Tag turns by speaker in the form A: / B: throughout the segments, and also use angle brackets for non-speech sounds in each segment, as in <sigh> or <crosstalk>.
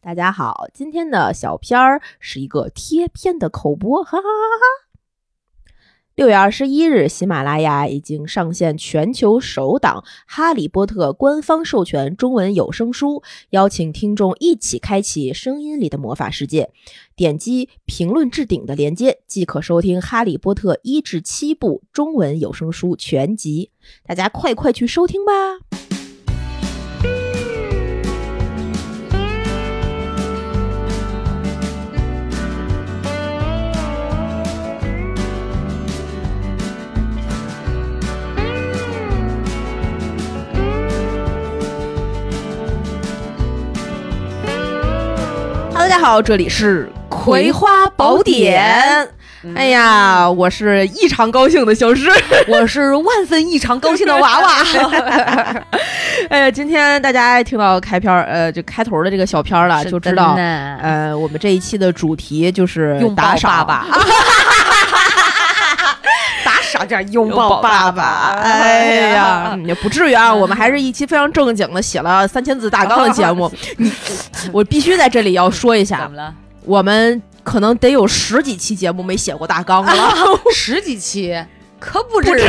A: 大家好，今天的小片儿是一个贴片的口播，哈哈哈哈！六月二十一日，喜马拉雅已经上线全球首档《哈利波特》官方授权中文有声书，邀请听众一起开启声音里的魔法世界。点击评论置顶的链接，即可收听《哈利波特》一至七部中文有声书全集。大家快快去收听吧！哈喽，大家好，这里是《葵花宝典》哎呀，我是异常高兴的消失。
B: <laughs> 我是万分异常高兴的
A: <laughs>
B: 娃 <laughs> 娃。
A: 哎呀，今天大家听到开篇儿，呃，就开头的这个小片儿了，就知道，
B: 呃
A: 呃，我们这一期的主题就是
B: 拥抱
A: 打赏
B: 爸爸，
A: 打赏叫拥
B: 抱
A: 爸爸
B: 爸爸。
A: 哎呀
B: <laughs> 哎呀，
A: 嗯也不至于啊，我们还是一期非常正经的，写了三千字大纲的节
B: <laughs>
A: 目。啊你，我必须在这里要说一下
B: 怎，么了？
A: 我们可能得有十几期节目没写过大纲
B: <laughs>
A: 了。
B: 十几期，可不
A: 不
B: <laughs> 止
A: 止。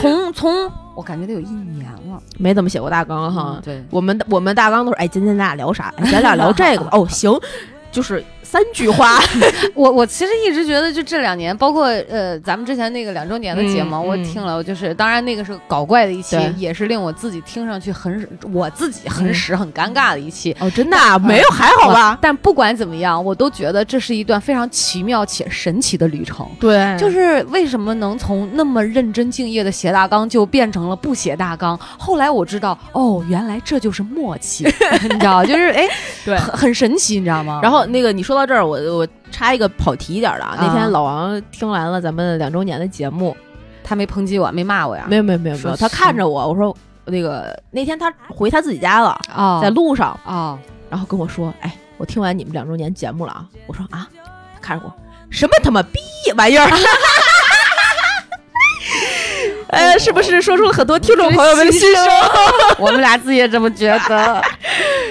B: 从从我感觉得有一年了
A: 没怎么写过大纲哈。
B: 嗯对，
A: 我们我们大纲都是哎，今天咱俩聊啥？哎咱俩聊这
B: <laughs>
A: 个吧。哦，行，就是三句话。
B: 我我其实一直觉得，就这两年，包括呃，咱们之前那个两周年的节目，
A: 嗯
B: 我
A: 嗯
B: 听了，我就是当然那个是搞怪的一期
A: 对，
B: 也是令我自己听上去很我自己很
A: 嗯
B: 屎很尴尬的一期。
A: 哦，真的、啊、没有还好吧？
B: 但不管怎么样，我都觉得这是一段非常奇妙且神奇的旅程。
A: 对就
B: 就是是为什么能从那么认真敬业的写大纲，就变成了不写大纲？后来我知道，哦，原来这就是默 <laughs> 契，你知道，就是哎，
A: 对
B: 很很神奇，你知道吗？
A: 然后那个你说到这儿，我我插一个跑题一点儿的啊。那天
B: 啊
A: 老王听完了咱们两周年的节目，
B: 他没抨击我，没骂我呀，
A: 没有没有没有没有，
B: 说
A: 他
B: 是
A: 看着我，我啊说那个那天他回他自己家了，
B: 哦，
A: 在路上，
B: 哦，
A: 然后跟我说，哎，我听完你们两周年节目了啊。我说啊，他看着我，什么他妈逼玩 <laughs> 意儿？呃，是不是说出了很多听众朋友们的心声？
B: 我们俩自己也这么觉得。
A: <laughs>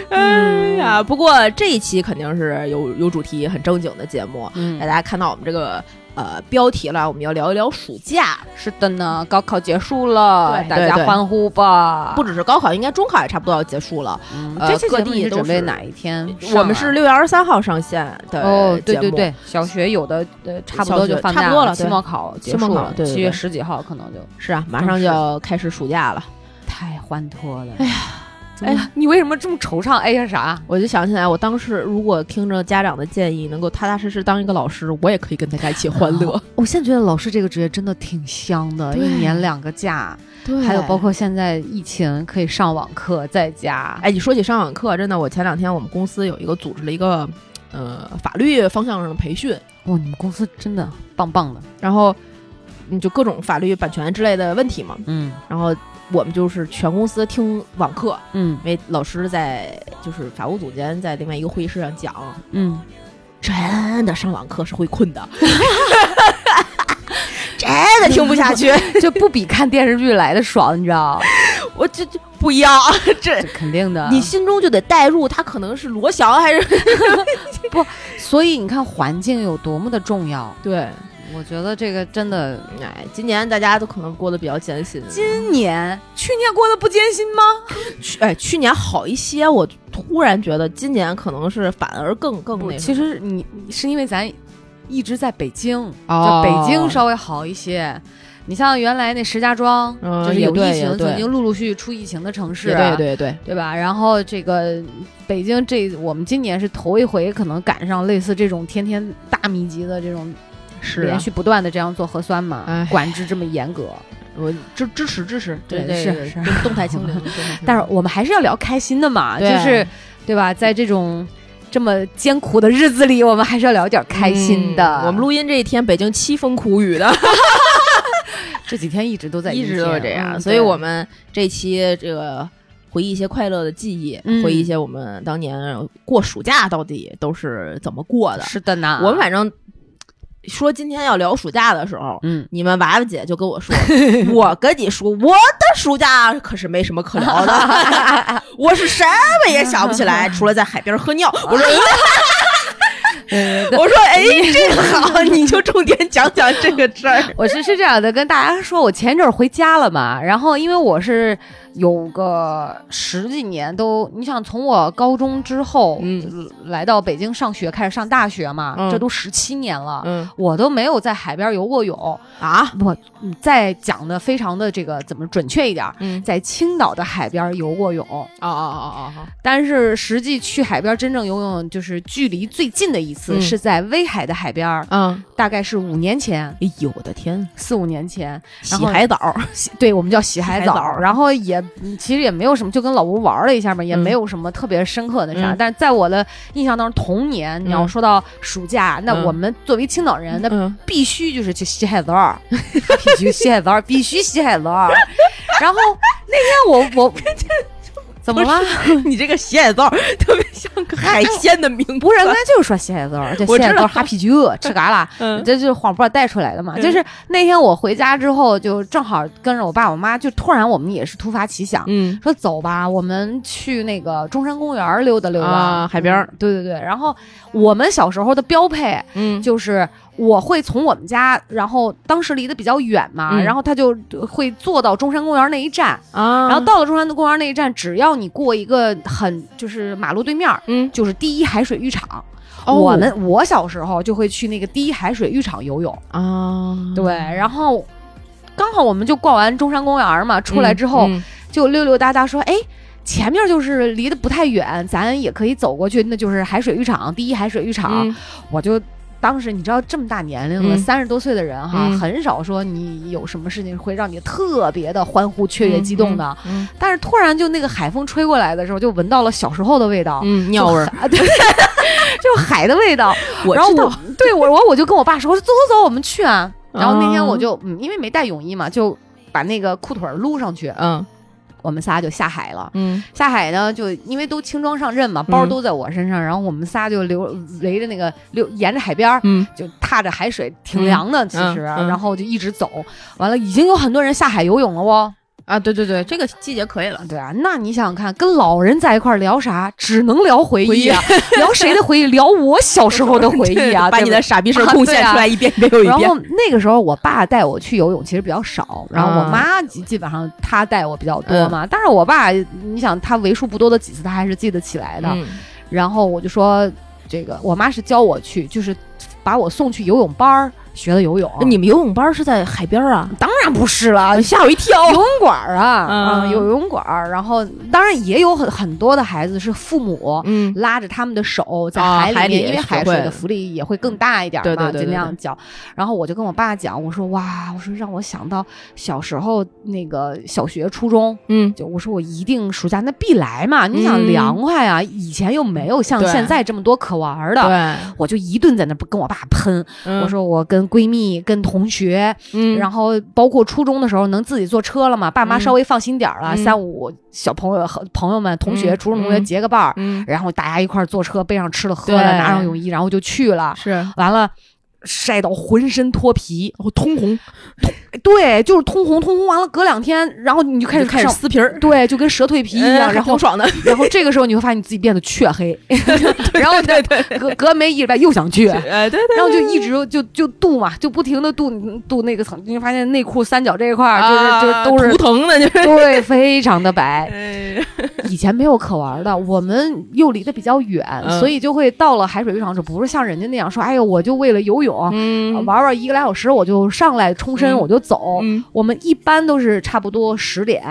A: 哎呀，
B: 嗯
A: 不过这一期肯定是有有主题、很正经的节目。大
B: <laughs> 嗯，
A: 家看到我们这个呃标题了，我们要聊一聊暑假，
B: 是的呢，高考结束了，
A: 对
B: 大
A: 对
B: 家
A: 对
B: 欢呼吧！
A: 不只是高考，应该中考也差不多要结束了。
B: 嗯，
A: 呃
B: 这期
A: 各
B: 节目
A: 地
B: 你是
A: 都
B: 准备
A: 是
B: 哪一天上啊？
A: 我们是六月二十三号上线的
B: 哦，对
A: 节
B: 对
A: 目
B: 对，小学有的呃差不多就
A: 小学
B: 放
A: 差
B: 假
A: 不多了
B: 期
A: 对
B: 末考结
A: 期末
B: 束
A: 考
B: 了，
A: 对对
B: 七
A: 对
B: 月十几号可能就是
A: 啊，马上就要开始暑假了。
B: 太欢脱了。哎呀，
A: 么了，
B: 你为什么这么惆怅？哎呀啥？
A: 我就想起来，我当时如果听着家长的建议，能够踏踏实实当一个老师，我也可以跟大家一起欢乐。
B: 我现在觉得老师这个职业真的挺香的，
A: 对
B: 一年两个假，
A: 对
B: 还有包括现在疫情可以上网课，在家。
A: 哎，你说起上网课，真的，我前两天我们公司有一个组织了一个呃法律方向上的培训，
B: 哇，你们公司真的棒棒的。
A: 然后你就各种法律、版权之类的问题嘛，
B: 嗯
A: 然后。我们就是全公司听网课，
B: 嗯
A: 因为老师在就是法务总监在另外一个会议室上讲，
B: 嗯，
A: 真的上网课是会困的，真的听不
B: <laughs>
A: 下去，
B: <laughs> 就不比看电视剧来的爽，你知道？
A: 我这这不一样，这
B: 这肯定的。
A: 你心中就得代入他可能是罗翔还是
B: 所以你看环境有多么的重要，
A: 对。
B: 我觉得这个真的
A: 哎，今年大家都可能过得比较艰辛。
B: 今年，去年过得不艰辛吗？
A: 去哎，去年好一些，我突然觉得今年可能是反而更更
B: 不
A: 那，
B: 其
A: 实
B: 实你你是因为咱一直在北京，
A: 哦
B: 就北京稍微好一些。你像原来那石家庄，
A: 嗯
B: 就是
A: 也
B: 有
A: 对
B: 疫
A: 也
B: 情，
A: 对
B: 曾经陆陆续续出疫情的城市，
A: 对对对，
B: 对吧？然后这个北京这，我们今年是头一回可能赶上类似这种天天大密集的这种
A: 是
B: 连
A: 啊
B: 续不断的这样做核酸嘛，
A: 哎
B: 管制这么严格。
A: 我支支持支持，
B: 对
A: 对
B: 是
A: 对
B: 是
A: 对动态清 <laughs> 零。动态清零
B: 但是我们还是要聊开心的嘛，就
A: 对啊
B: 是对吧？在这种这么艰苦的日子里，我们还是要聊点开心的。
A: 嗯我们录音这一天，北京凄风苦雨 <laughs> 的，
B: 这几天一直都在嗯
A: 一直都是这样。所以我们这期这个回忆一些快乐的记忆，
B: 嗯
A: 回忆一些我们当年过暑假到底都是怎么过的。
B: 是的呢。啊
A: 我们反正说今天要聊暑假的时候， <laughs>
B: 嗯，
A: 你们娃娃姐就跟我
B: <laughs>
A: 说，我跟你说，我的暑假可是没什么可聊
B: <laughs>
A: 的，我是什么也想不起来，除了在海边喝尿。我说，
B: 对
A: 我说，哎，这个好，你就重点讲讲这个事儿。
B: 嗯 <laughs> 我是是这样的，跟大家说，我前一阵儿回家了嘛，然后因为我是有个十几年都，你想从我高中之后，
A: 嗯
B: 来到北京上学，开始上大学嘛，
A: 嗯
B: 这都十七年了。
A: 嗯
B: 我都没有在海边游过泳，
A: 啊，
B: 我嗯再讲的非常的这个怎么准确一点儿，
A: 嗯，
B: 在青岛的海边游过泳，
A: 哦哦哦哦
B: 但是实际去海边真正游泳就是距离最近的一次
A: 嗯
B: 是在威海的海边儿，
A: 哦，嗯，
B: 大概是五年前，
A: 哎呦我的天，
B: 四五年前，
A: 洗海澡，
B: 洗对我们叫洗海
A: 洗
B: 澡
A: 海澡，
B: 然后也嗯其实也没有什么，就跟老吴玩了一下嘛，也
A: 嗯
B: 没有什么特别深刻的啥。
A: 嗯
B: 但是在我的印象当中，童年你要说到暑假，那
A: 嗯
B: 我们作为青岛人，那 <laughs>
A: 嗯
B: 必须就是去洗海
A: <laughs>
B: 澡儿，必须洗海澡儿，必须洗海澡儿。然后那天
A: <laughs>
B: 我我怎么了？
A: 你这个洗海澡特别像个海鲜的名字，
B: 不是，人家就是说洗海澡儿，这
A: 我
B: 洗海
A: 知
B: 澡
A: 道
B: 儿哈皮菊吃嘎啦。
A: 嗯
B: 这就是谎报带出来的嘛。
A: 嗯
B: 就是那天我回家之后，就正好跟着我爸我妈，就突然我们也是突发奇想，
A: 嗯
B: 说走吧，我们去那个中山公园溜达溜达，
A: 啊海边儿
B: 嗯对对对，然后我们小时候的标配
A: 嗯
B: 就是。我会从我们家，然后当时离得比较远嘛，
A: 嗯
B: 然后他就会坐到中山公园那一站，
A: 啊，
B: 然后到了中山公园那一站，只要你过一个很就是马路对面儿，
A: 嗯，
B: 就是第一海水浴场。
A: 哦
B: 我们我小时候就会去那个第一海水浴场游泳，
A: 啊，
B: 哦对，然后刚好我们就逛完中山公园嘛，出来之后、
A: 嗯
B: 就溜溜达达说，哎。前面就是离得不太远，咱也可以走过去，那就是海水浴场，第一海水浴场。
A: 嗯
B: 我就当时你知道这么大年龄了，
A: 嗯
B: 三十、多岁的人哈，
A: 嗯
B: 很少说你有什么事情会让你特别的欢呼雀跃激动的。
A: 嗯
B: 但是突然就那个海风吹过来的时候，就闻到了小时候的味道，
A: 嗯，尿味儿，
B: 啊， <laughs> 对，就海的味道。
A: 我
B: 然后
A: 知道
B: 我，对我，我我就跟我爸说，我说走走走，我们去啊。然后那天
A: 啊
B: 我就，嗯，因为没带泳衣嘛，就把那个裤腿儿撸上去，
A: 嗯
B: 我们仨就下海了。
A: 嗯
B: 下海呢，就因为都轻装上阵嘛，包
A: 嗯
B: 都在我身上，然后我们仨就流围着那个流，沿着海边儿。
A: 嗯
B: 就踏着海水，挺凉的，其实，
A: 嗯嗯
B: 然后就一直走，完了已经有很多人下海游泳了哦。
A: 啊，对对对，这个季节可以了，
B: 对啊，那你想想看，跟老人在一块儿聊啥，只能聊回忆啊，聊谁的回忆？聊我小时候的回忆
A: <laughs>
B: 啊，
A: 把你
B: 对不
A: 的
B: 对
A: 傻逼事儿
B: 啊
A: 贡
B: 对
A: 献
B: 啊
A: 出来一遍没有一
B: 然
A: 遍，
B: 后那个时候，我爸带我去游泳其实比较少，
A: 嗯
B: 然后我妈基基本上她带我比较多嘛。但是我爸，你想他为数不多的几次他还是记得起来的。
A: 嗯
B: 然后我就说，这个我妈是教我去，就是把我送去游泳班儿学的游泳。
A: 那们游泳班是在海边儿啊？
B: 当然不是了，
A: 吓我一跳
B: 游泳馆儿啊，
A: 嗯
B: 嗯，游泳馆儿。然后当然也有很很多的孩子是父母。
A: 嗯
B: 拉着他们的手在
A: 啊
B: 海里面，
A: 海里
B: 因为
A: 学
B: 海
A: 会
B: 水
A: 了
B: 的浮力也会更大一点儿
A: 对
B: 嘛，
A: 对对对
B: 尽量教。然后我就跟我爸讲，我说哇，我说让我想到小时候那个小学、初中，
A: 嗯，
B: 就我说我一定暑假那必来嘛，你想
A: 嗯
B: 凉快啊，以前又没有像
A: 对
B: 现在这么多可玩儿的。
A: 对，
B: 我就一顿在那跟我爸喷，嗯我说我跟闺蜜、跟同学，
A: 嗯，
B: 然
A: 后
B: 后包括初中的时候能自己坐车了嘛，爸妈
A: 嗯
B: 稍微放心点儿了，
A: 嗯
B: 三五小朋友和朋友们、同学、
A: 嗯
B: 初中同学
A: 嗯
B: 结个伴儿，
A: 嗯
B: 然后大家一块儿坐车，背上吃了喝的，
A: 对
B: 拿上泳衣，然后就去了。
A: 是
B: 完了，晒到浑身脱皮，
A: 我通红，
B: 对，就是通红，通红完了隔两天，然后你就开始
A: 就开始
B: 上
A: 撕皮儿，
B: 对，就跟蛇蜕皮一
A: 哎 <laughs>
B: 样，
A: 还
B: 然后
A: 挺爽的，
B: 然后这个时候你会发现你自己变得黢黑， <laughs> 然后 <laughs> 对对，隔隔没一礼拜又想去，
A: 哎， <laughs> 对对，
B: 然后就一直就就渡嘛，就不停的渡渡那个层，你会发现内裤三角这一块儿就是、就是都
A: 啊图
B: 是
A: 腾的，就是，
B: <laughs> 对，非常的白。
A: 哎
B: 以前没有可玩的，我们又离得比较远，
A: 嗯
B: 所以就会到了海水浴场，就不是像人家那样说，哎呦，我就为了游泳、
A: 嗯
B: 玩玩一个来小时，我就上来冲身、
A: 嗯
B: 我就走。
A: 嗯，
B: 我们一般都是差不多十点、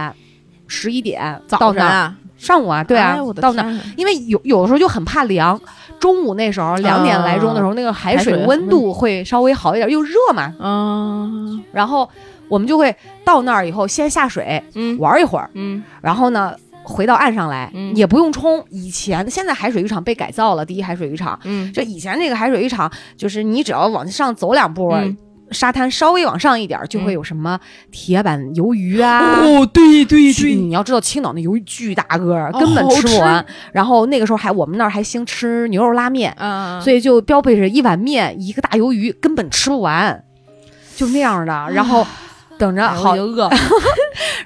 B: 十一点到那儿，
A: 啊，
B: 上午啊，对啊，
A: 哎我的
B: 到那儿。
A: 天
B: 因为有有的时候就很怕凉，中午那时候两点来钟的时候，那个海水
A: 啊海水嗯
B: 温度会稍微好一点，又热嘛，
A: 啊，
B: 然后我们就会到那儿以后先下水
A: 嗯
B: 玩一会儿，
A: 嗯
B: 然后呢回到岸上来，
A: 嗯
B: 也不用冲。以前现在海水浴场被改造了，第一海水浴场。
A: 嗯，
B: 就以前这个海水浴场，就是你只要往上走两步，
A: 嗯
B: 沙滩稍微往上一点儿，就会有什么铁板鱿
A: <laughs>
B: 鱼啊。
A: 哦，对对
B: 巨
A: 对，
B: 你要知道，青岛那鱿鱼巨大个儿，
A: 哦
B: 根本
A: 好
B: 吃不
A: 吃
B: 完。然后那个时候还我们那儿还兴吃牛肉拉面，
A: 啊
B: 所以就标配着一碗面一个大鱿鱼，根本吃不完，就那样的。然后等
A: 哎
B: 着啊好， <laughs>
A: 饿。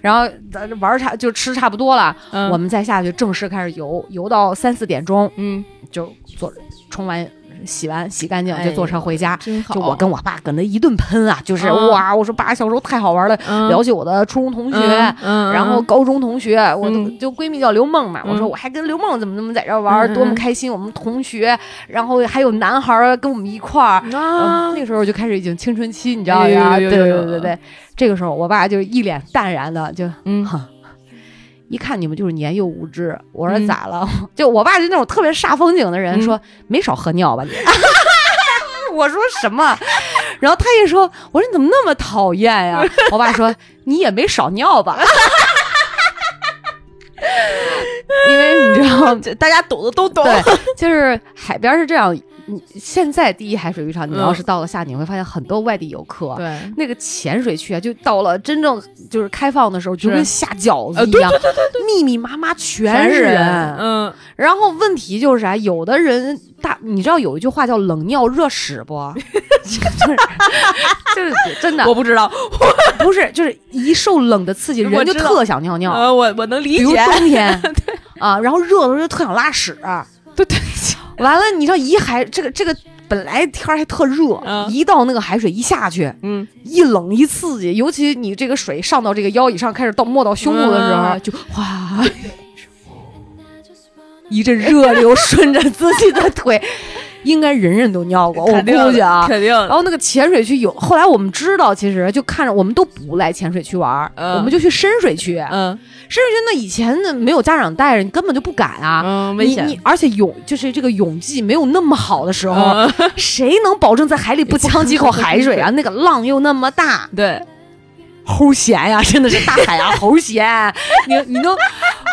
B: 然后咱玩儿差就吃差不多了，我
A: 我
B: 们再下去正式开始游，游到三四点钟
A: 嗯，
B: 就坐冲完洗完洗干净
A: 哎
B: 就坐车回家。
A: 真好。
B: 就我跟我爸搁那一顿喷啊，就是、
A: 嗯
B: 哇，我说爸，小时候太好玩了，
A: 聊
B: 聊起我的初中同学。
A: 嗯
B: 然后高中同学，我的
A: 嗯
B: 就闺蜜叫刘梦嘛，我说
A: 嗯
B: 我还跟刘梦怎么怎么在这儿玩儿，
A: 嗯嗯
B: 多么
A: 嗯
B: 开心！我们同学，然后还有男孩儿跟我们一块儿，
A: 啊
B: 嗯，那个时候就开始已经青春期，你知道呀？
A: 哎
B: 对
A: 呦呦
B: 对
A: 呦呦
B: 对对对，这个时候我爸就一脸淡然的就，
A: 嗯
B: 哼一看你们就是年幼无知。我说
A: 嗯
B: 咋了？ <laughs> 就我爸就那种特别煞风景的人，
A: 嗯
B: 说没少喝尿吧你？ <laughs> 我说什么？然后他一说，我说你怎么那么讨厌呀、 <laughs> 我爸说你也没少尿吧，因为你知道
A: 这大家懂的都懂
B: 对，
A: <laughs>
B: 就是海边是这样。你现在第一海水浴场，你
A: 嗯
B: 要是到了夏天，你会发现很多外地游客。
A: 对，
B: 那个浅水区啊，就到了真正就是开放的时候，就跟下饺
A: 呃
B: 子一样，密密麻麻全是人。
A: 嗯，
B: 然后问题就是啥、有的人大，你知道有一句话叫“冷尿热屎”
A: <laughs>
B: 不？就是就是真的
A: 我不知道，
B: 不是，就是一受冷的刺激，
A: 我
B: 人就
A: 知道
B: 特想尿尿。
A: 呃，我我能
B: 比
A: 理
B: 如
A: 解，<laughs>
B: 冬天啊，然后热的时候就特想拉屎。啊
A: 对对， <laughs>
B: 完了，你知道一海这个这个本来天儿还特热，
A: 嗯
B: 一到那个海水一下去，
A: 嗯，
B: 一冷一刺激，尤其你这个水上到这个腰以上开始到没到胸部的时候，
A: 嗯
B: 就哗， <laughs> 一阵热流顺着自己的腿，应该人人都尿过，我
A: 肯定
B: 估计啊。
A: 肯定
B: 然后那个浅水区有，后来我们知道，其实就看着我们都不来浅水区玩儿，
A: 嗯
B: 我们就去深水区。
A: 嗯
B: 深水区那以前那没有家长带着，你根本就不敢啊。
A: 嗯，危
B: 你
A: 险
B: 你，而且泳就是这个泳技没有那么好的时候，
A: 嗯
B: 谁能保证在海里不呛几口海水啊？那个浪又那么大，
A: 对，
B: 齁咸呀、真的是大
A: <laughs>
B: 海啊，齁咸！你你都，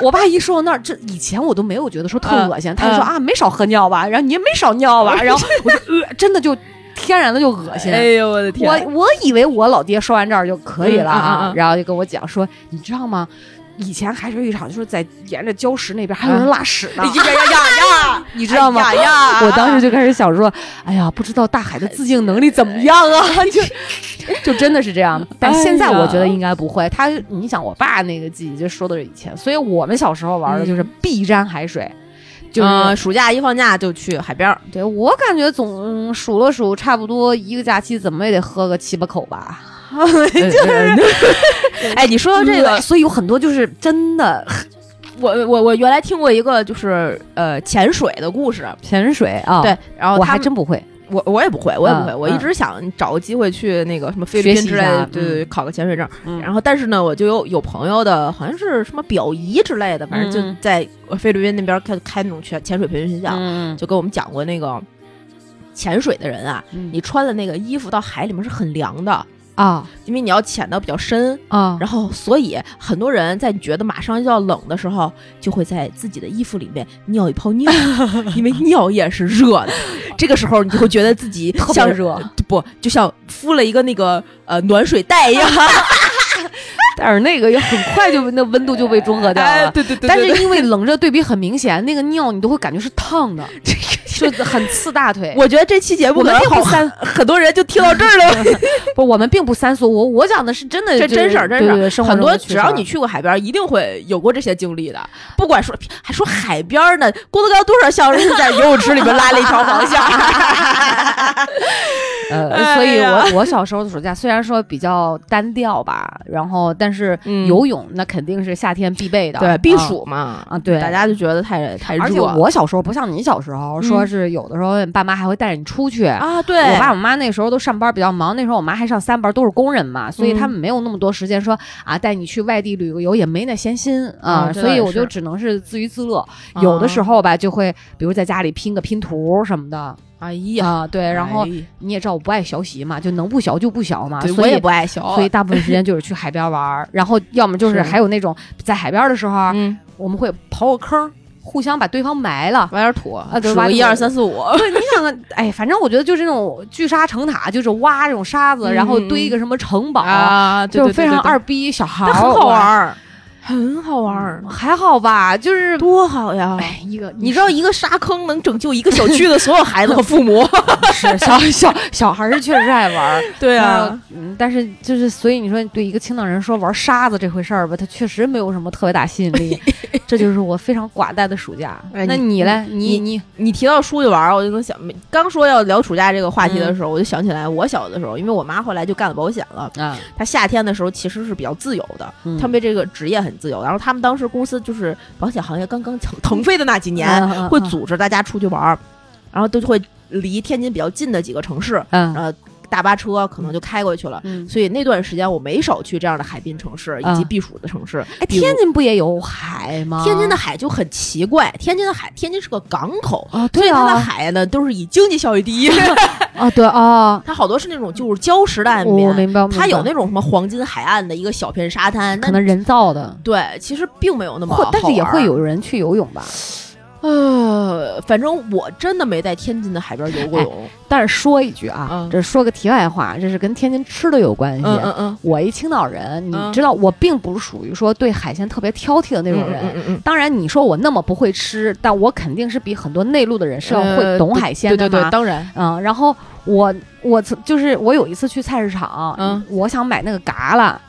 B: 我爸一说到那儿，这以前我都没有觉得说特恶心，他就说、
A: 嗯
B: 啊没少喝尿吧，然后你也没少
A: <laughs>
B: 尿吧，然后我就呃，真的就天然的就恶心。
A: 哎呦我的天，
B: 我我以为我老爹说完这儿就可以了
A: 嗯
B: 啊，
A: 嗯嗯嗯
B: 然后就跟我讲说，你知道吗？以前海水浴场就是在沿着礁石那边还有人
A: 嗯
B: 拉屎呢，
A: 呀呀呀呀，
B: <laughs> 你知道吗？
A: 哎呀呀
B: 我当时就开始想说，哎呀，不知道大海的自净能力怎么样
A: <laughs>
B: 啊？就就真的是
A: 哎
B: 这样，但现在我觉得应该不会。他，你想我爸那个记忆就说的是以前，所以我们小时候玩的就是必沾海水，就是、
A: 嗯暑假一放假就去海边儿，
B: 对我感觉总、嗯数了数，差不多一个假期怎么也得喝个七八口吧。
A: 就是，哎，你说到这个，
B: 所以有很多就是真的
A: 我我我原来听过一个就是呃潜水的故事，
B: 潜水啊，
A: 对，，然后
B: 我
A: 他
B: 还
A: 们
B: 真不会。
A: 我我也不会，我也不会，
B: 嗯
A: 我一直想找个机会去那个什么菲律宾
B: 学习一
A: 之类的
B: 下，
A: 对对，对考个潜水证。
B: 嗯
A: 然后，但是呢，我就有有朋友的，好像是什么表姨之类的，反正
B: 嗯
A: 就在菲律宾那边开开那种潜潜水培训学校，
B: 嗯，
A: 就跟我们讲过那个潜水的人啊，
B: 嗯
A: 你穿的那个衣服到海里面是很凉的，
B: 啊
A: 因为你要潜的比较深。
B: 啊，
A: 然后，所以很多人在你觉得马上就要冷的时候，就会在自己的衣服里面尿一泡尿，
B: <laughs>
A: 因为尿液是热的。这个时候，你就会觉得自己
B: <laughs> 特别
A: 像
B: 热，
A: 不就像敷了一个那个呃暖水袋 <laughs> 一样，
B: 但是那个也很快就那温度就被中和掉了。
A: 哎对对对
B: 但
A: 但
B: 是
A: 是
B: 因为冷热对比很明显，那个尿你都会感觉是烫
A: <laughs>
B: 的，就很刺大腿。
A: 我觉得这期节目
B: 我
A: 可
B: 们
A: 能
B: 并不
A: 好
B: 三，
A: 很多人就听到这儿了。
B: 不是我们并不三俗，我我讲的是真的，
A: 这
B: 就是
A: 真事儿，真
B: 对对对
A: 事
B: 生
A: 儿，
B: 活
A: 很
B: 中
A: 多
B: 的趣
A: 只
B: 事儿
A: 要你去过海边儿，一定会有过这些经历的。不管说还说海边儿呢，郭德纲多少笑是在游泳池里面拉了一条黄线儿。
B: 呃，
A: <laughs> 哎
B: 所以
A: 呀
B: 我我小时候的暑假虽然说比较单调吧，然后但是
A: <laughs> 嗯
B: 游泳那肯定是夏天必备的，
A: 对，
B: 啊
A: 避暑嘛，
B: 啊，对，
A: 大家就觉得太太热。
B: 而且我小时候不像你小时候，说
A: 嗯
B: 是有的时候爸妈还会带着你出去
A: 啊，对，
B: 我爸我妈那时候都上班比较忙，那时候我妈还上三班，都是工人嘛，所以
A: 嗯
B: 他们没有那么多时间说啊带你去外地旅个游，也没那闲心啊，
A: 啊这倒
B: 所以
A: 也
B: 我就是只能是自娱自乐。
A: 啊
B: 有的时候吧，就会比如在家里拼个拼图什么的
A: 啊，哎呀，
B: 啊，对，然后
A: 哎
B: 你也知道我不爱学习嘛，就能不学就不学嘛，
A: 对
B: 所
A: 我
B: 以
A: 也不爱笑，
B: 所以大部分时间就是去海 <laughs> 边玩儿，然后要么就是
A: 哦是
B: 还有那种在海边的时候啊，
A: 嗯
B: 我们会刨个坑儿，互相把对方埋了。 <laughs>
A: 挖点土啊
B: 对
A: 数
B: 挖
A: 个
B: 点
A: 一
B: 土
A: 二三四五， <laughs>
B: 对，你想啊，哎，反正我觉得就是那种聚沙成塔，就是挖这种沙子，然后
A: 嗯
B: 堆一个什么城堡，
A: 啊，对
B: 就非常，二
A: 对
B: 逼小孩
A: 对对
B: 儿，
A: 但很好玩，儿，很好玩儿，
B: 还好吧？就是，
A: 多好呀！
B: 哎，一个
A: 你知道一个沙坑能拯救一个小区的所有孩子和父 <laughs> 母？
B: 是小小小孩儿是确实爱玩儿，
A: 对啊
B: 然后，嗯，但是就是，所以你说对一个青岛人说玩沙子这回事儿吧，他确实没有什么特别大吸引
A: <laughs>
B: 力。这就是我非常寡淡的暑假。
A: 哎
B: 那
A: 你
B: 你嘞？你
A: 你
B: 你
A: 你提到出去玩儿，我就能想，刚说要聊暑假这个话题的时候，我就想起来我小的时候，因为我妈后来就干了保险了，
B: 啊，
A: 她夏天的时候其实是比较自由的，
B: 嗯
A: 他们这个职业很自由。然后他们当时公司就是保险行业刚刚腾腾飞的那几年，
B: 嗯嗯嗯
A: 会组织大家出去玩儿，然后都会离天津比较近的几个城市，
B: 嗯
A: 大巴车可能就开过去了。
B: 嗯，
A: 所以那段时间我没少去这样的海滨城市以及
B: 嗯啊
A: 避暑的城市。
B: 哎，
A: 比如
B: 天津不也有海吗？
A: 天津的海就很奇怪，天津的海，天津是个港口。
B: 哦，
A: 所
B: 对
A: 以它的
B: 啊，
A: 海呢，都是以经济效益
B: <laughs>
A: 第一。
B: 哦对哦，
A: 它好多是那种就是礁石的岸
B: 我
A: 边，
B: 明白，我明白
A: 它有那种什么黄金海岸的一个小片沙滩，
B: 可
A: 但
B: 能人造的，
A: 对，其实并没有那么
B: 或
A: 好，
B: 但是也会。有人去游泳吧。
A: 呃，反正我真的没在天津的海边游过泳。
B: 但是说一句啊
A: 嗯，
B: 这说个题外话，这是跟天津吃的有关系。
A: 嗯，
B: 我一青岛人，你
A: 嗯
B: 知道，我并不是属于说对海鲜特别挑剔的那种人。
A: 嗯嗯嗯
B: 当然，你说我那么不会吃，但我肯定是比很多内陆的人是要会
A: 呃
B: 懂海鲜的嘛。
A: 当然，
B: 嗯，然后我我曾就是我有一次去菜市场，
A: 嗯
B: 我想买那个嘎啦，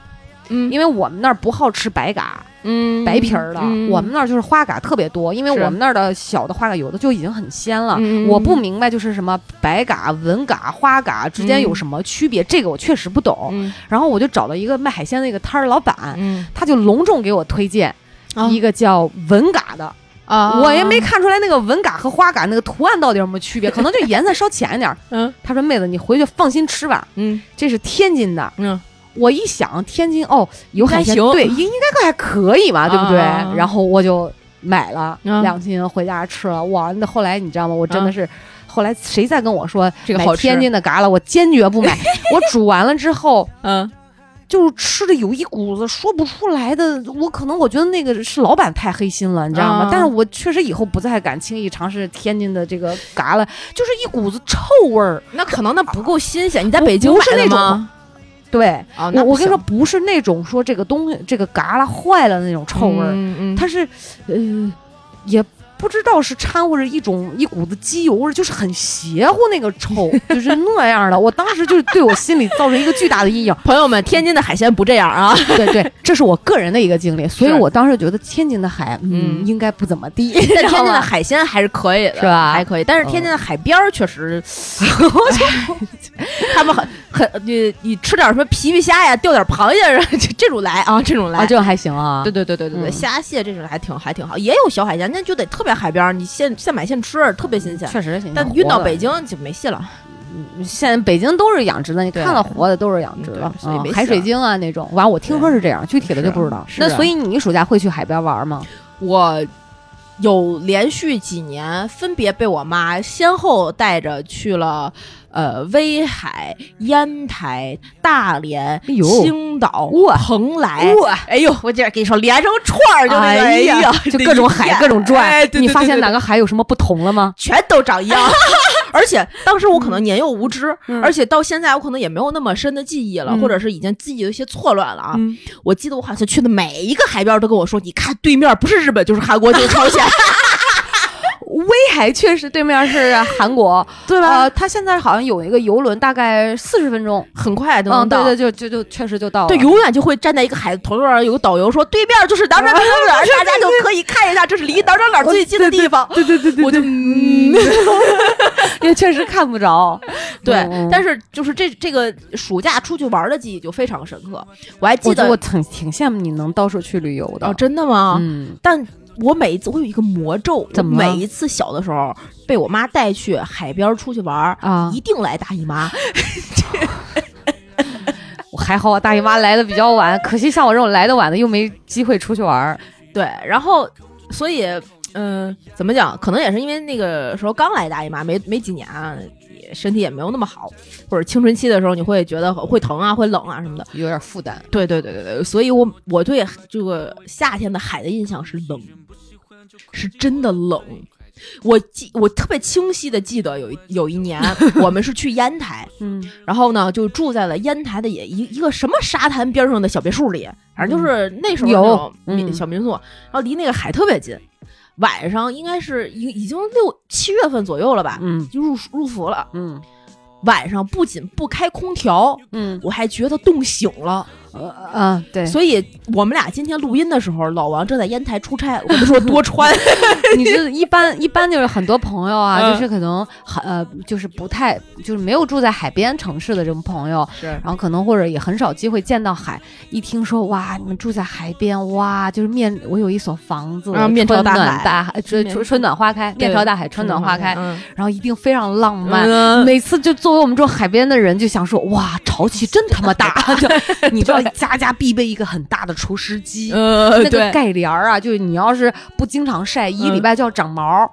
A: 嗯
B: 因为我们那儿不好吃白嘎、
A: 嗯
B: 白皮儿的，我们那儿就是花嘎特别多，因为
A: 是
B: 我们那儿的小的花嘎有的就已经很鲜了。
A: 嗯
B: 我不明白就是什么白嘎、文嘎、花嘎之间有什么区别，这个我确实不懂。
A: 嗯
B: 然后我就找到一个卖海鲜的一个摊儿老板，
A: 嗯
B: 他就隆重给我推荐
A: 啊
B: 一个叫文嘎的，
A: 啊
B: 我也没看出来那个文嘎和花嘎那个图案到底有什么
A: <laughs>
B: 区别，可能就颜色稍浅一点儿。
A: 嗯
B: 他说：“妹子，你回去放心吃吧，
A: 嗯
B: 这是天津的。”
A: 嗯，
B: 我一想天津哦有海鲜，
A: 应该行
B: 对，应应该还可以嘛，对不对？
A: 啊
B: 然后我就买了
A: 啊
B: 两斤回家吃了。哇，那后来你知道吗？我真的是。后来谁再跟我说
A: 嗯这个
B: 买
A: 好吃
B: 天津的嘎啦，我坚决不
A: <laughs>
B: 买。我煮完了之后，
A: 嗯
B: 就是吃的有一股子说不出来的，我可能我觉得那个是老板太黑心了，你知道吗？
A: 啊
B: 但是我确实以后不再敢轻易尝试天津的这个嘎啦，就是一股子臭味儿。
A: 那可能那不够新鲜。你在
B: 不
A: 北京
B: 不是
A: 买的
B: 那种
A: 吗
B: 对，
A: 啊，
B: 我
A: 那
B: 我跟你说，
A: 不
B: 不是那种说这个东西这个嘎啦坏了那种
A: 行
B: 臭味儿，
A: 嗯嗯，
B: 它是呃也不知道是掺和着一种一股子机油味儿，就是很邪乎那个臭，就是那样的。我当时就是对我心里造成一个巨大的阴影。
A: 朋友们，天津的海鲜不这样 <laughs> 啊。
B: <laughs> 对对，这是我个人的一个经历，所以
A: 是
B: 我当时觉得天津的海，嗯，
A: 嗯
B: 应该不怎么地，
A: 但天
B: 知道
A: 津的
B: 吗
A: 海鲜还是可以的，
B: 是吧
A: 还可以，但是天津的海边儿确实， <laughs> 他们很很你你吃点什么皮皮虾呀，钓点螃蟹然后就 <laughs> 这种来啊，这种来。
B: 啊，这还行啊
A: 对。对对对对对，
B: 嗯
A: 虾蟹这种还挺还挺好，也有小海鲜，那就得特别海边儿，你现现买现吃，特别新鲜。
B: 确实行，
A: 但运到北，京就没戏了。
B: 现在北京都是养殖的，你
A: 对
B: 看了活的都是养殖的
A: 嗯，对所以
B: 嗯
A: 没
B: 海
A: 戏
B: 水
A: 了
B: 晶啊那种。完，我听说是这样，具体的就是不知道。
A: 是
B: 那
A: 啊
B: 所以你暑假会去海边玩吗？
A: 我有连续几年分别被我妈先后带着去了，呃，威海、烟台、大连、
B: 哎呦
A: 青岛、
B: 哇
A: 蓬莱。哎呦，我这跟你说，连成串儿就那个，
B: <laughs> 哎呀
A: 呀，
B: 就各种海，各种
A: 哎
B: 转，
A: 对对
B: 你发
A: 对
B: 现
A: 对
B: 哪个海有什么不同了吗？
A: 全都长一样。
B: <laughs>
A: 而且当时我可能年幼无知，
B: 嗯
A: 而且到现在我可能也没有那么深的记忆了，
B: 嗯
A: 或者是已经记忆有一些错乱了啊。
B: 嗯
A: 我记得我好像去的每一个海边都跟我说，你看对面不是日本就是韩国就是朝鲜，
B: 威海确实对面是韩国，
A: 对
B: 呃，？它现在好像有一个游轮，大概四十分钟，
A: 很快都
B: 嗯，
A: 能
B: 对
A: 到。
B: 对，就就就确实就到了。 <laughs>
A: 对，永远就会站在一个海头上，有个导游说对面就是哪儿哪儿哪儿哪儿，大家就可以看一下，这是离哪儿哪儿哪儿最近的地方。
B: 对对对对，
A: 我就嗯，
B: <laughs> 也确实看不着。
A: 对
B: 嗯，
A: 但是就是这这个暑假出去玩的记忆就非常深刻。我还记
B: 我觉
A: 得
B: 得我挺挺羡慕你能到处去旅游的。
A: 哦，真的吗？
B: 嗯，
A: 但我每一次我有一个魔咒，
B: 怎么
A: 我
B: 了
A: 每一次小的时候被我妈带去海边出去玩儿
B: 啊
A: 一定来大姨妈。
B: 我哦还好，我啊大姨妈来的比较晚，可惜像我这种来的晚的又没机会出去玩儿。
A: 对，然后所以嗯、呃怎么讲？可能也是因为那个时候刚来大姨妈，没没几年啊，也身体也没有那么好，或者青春期的时候你会觉得会疼啊，会冷啊什么的。
B: 有点负担，
A: 对对对对对，所以我我对这个夏天的海的印象是冷。是真的冷。我记，我特别清晰的记得有一有一年， <laughs> 我们是去烟台，
B: 嗯，
A: 然后呢就住在了烟台的也一一个什么沙滩边上的小别墅里，反正就是那时候那种
B: 嗯有
A: 民
B: 嗯
A: 小民宿，然后离那个海特别近。晚上应该是已已经六七月份左右了吧，
B: 嗯
A: 就入入伏了。
B: 嗯
A: 晚上不仅不开空调，
B: 嗯
A: 我还觉得冻醒了。
B: 呃啊，对，
A: 所以我们俩今天录音的时候，老王正在烟台出差，我跟他说多穿。
B: 你是一般一般就是很多朋友啊，
A: 嗯
B: 就是可能很呃，就是不太就是没有住在海边城市的这种朋友，
A: <laughs> 是
B: 然后可能或者也很少机会见到海。一听说哇，你们住在海边哇，就是面我有一所房子，
A: 啊面朝
B: 春
A: 大
B: 暖
A: 海
B: 大海，春春春暖花开，面
A: 对
B: 朝大海，春暖花开，
A: 嗯，
B: 然后一定非常浪漫。
A: 嗯
B: 每次就作为我们这种海边的人，就想说哇，潮气真他妈
A: <laughs>
B: 大！就你知道，家家必备一个很大的除湿机，
A: 呃，
B: 那个
A: 对，
B: 盖帘儿啊，就是你要是不经常晒，一
A: 嗯
B: 礼拜就要
A: <laughs>
B: 长毛，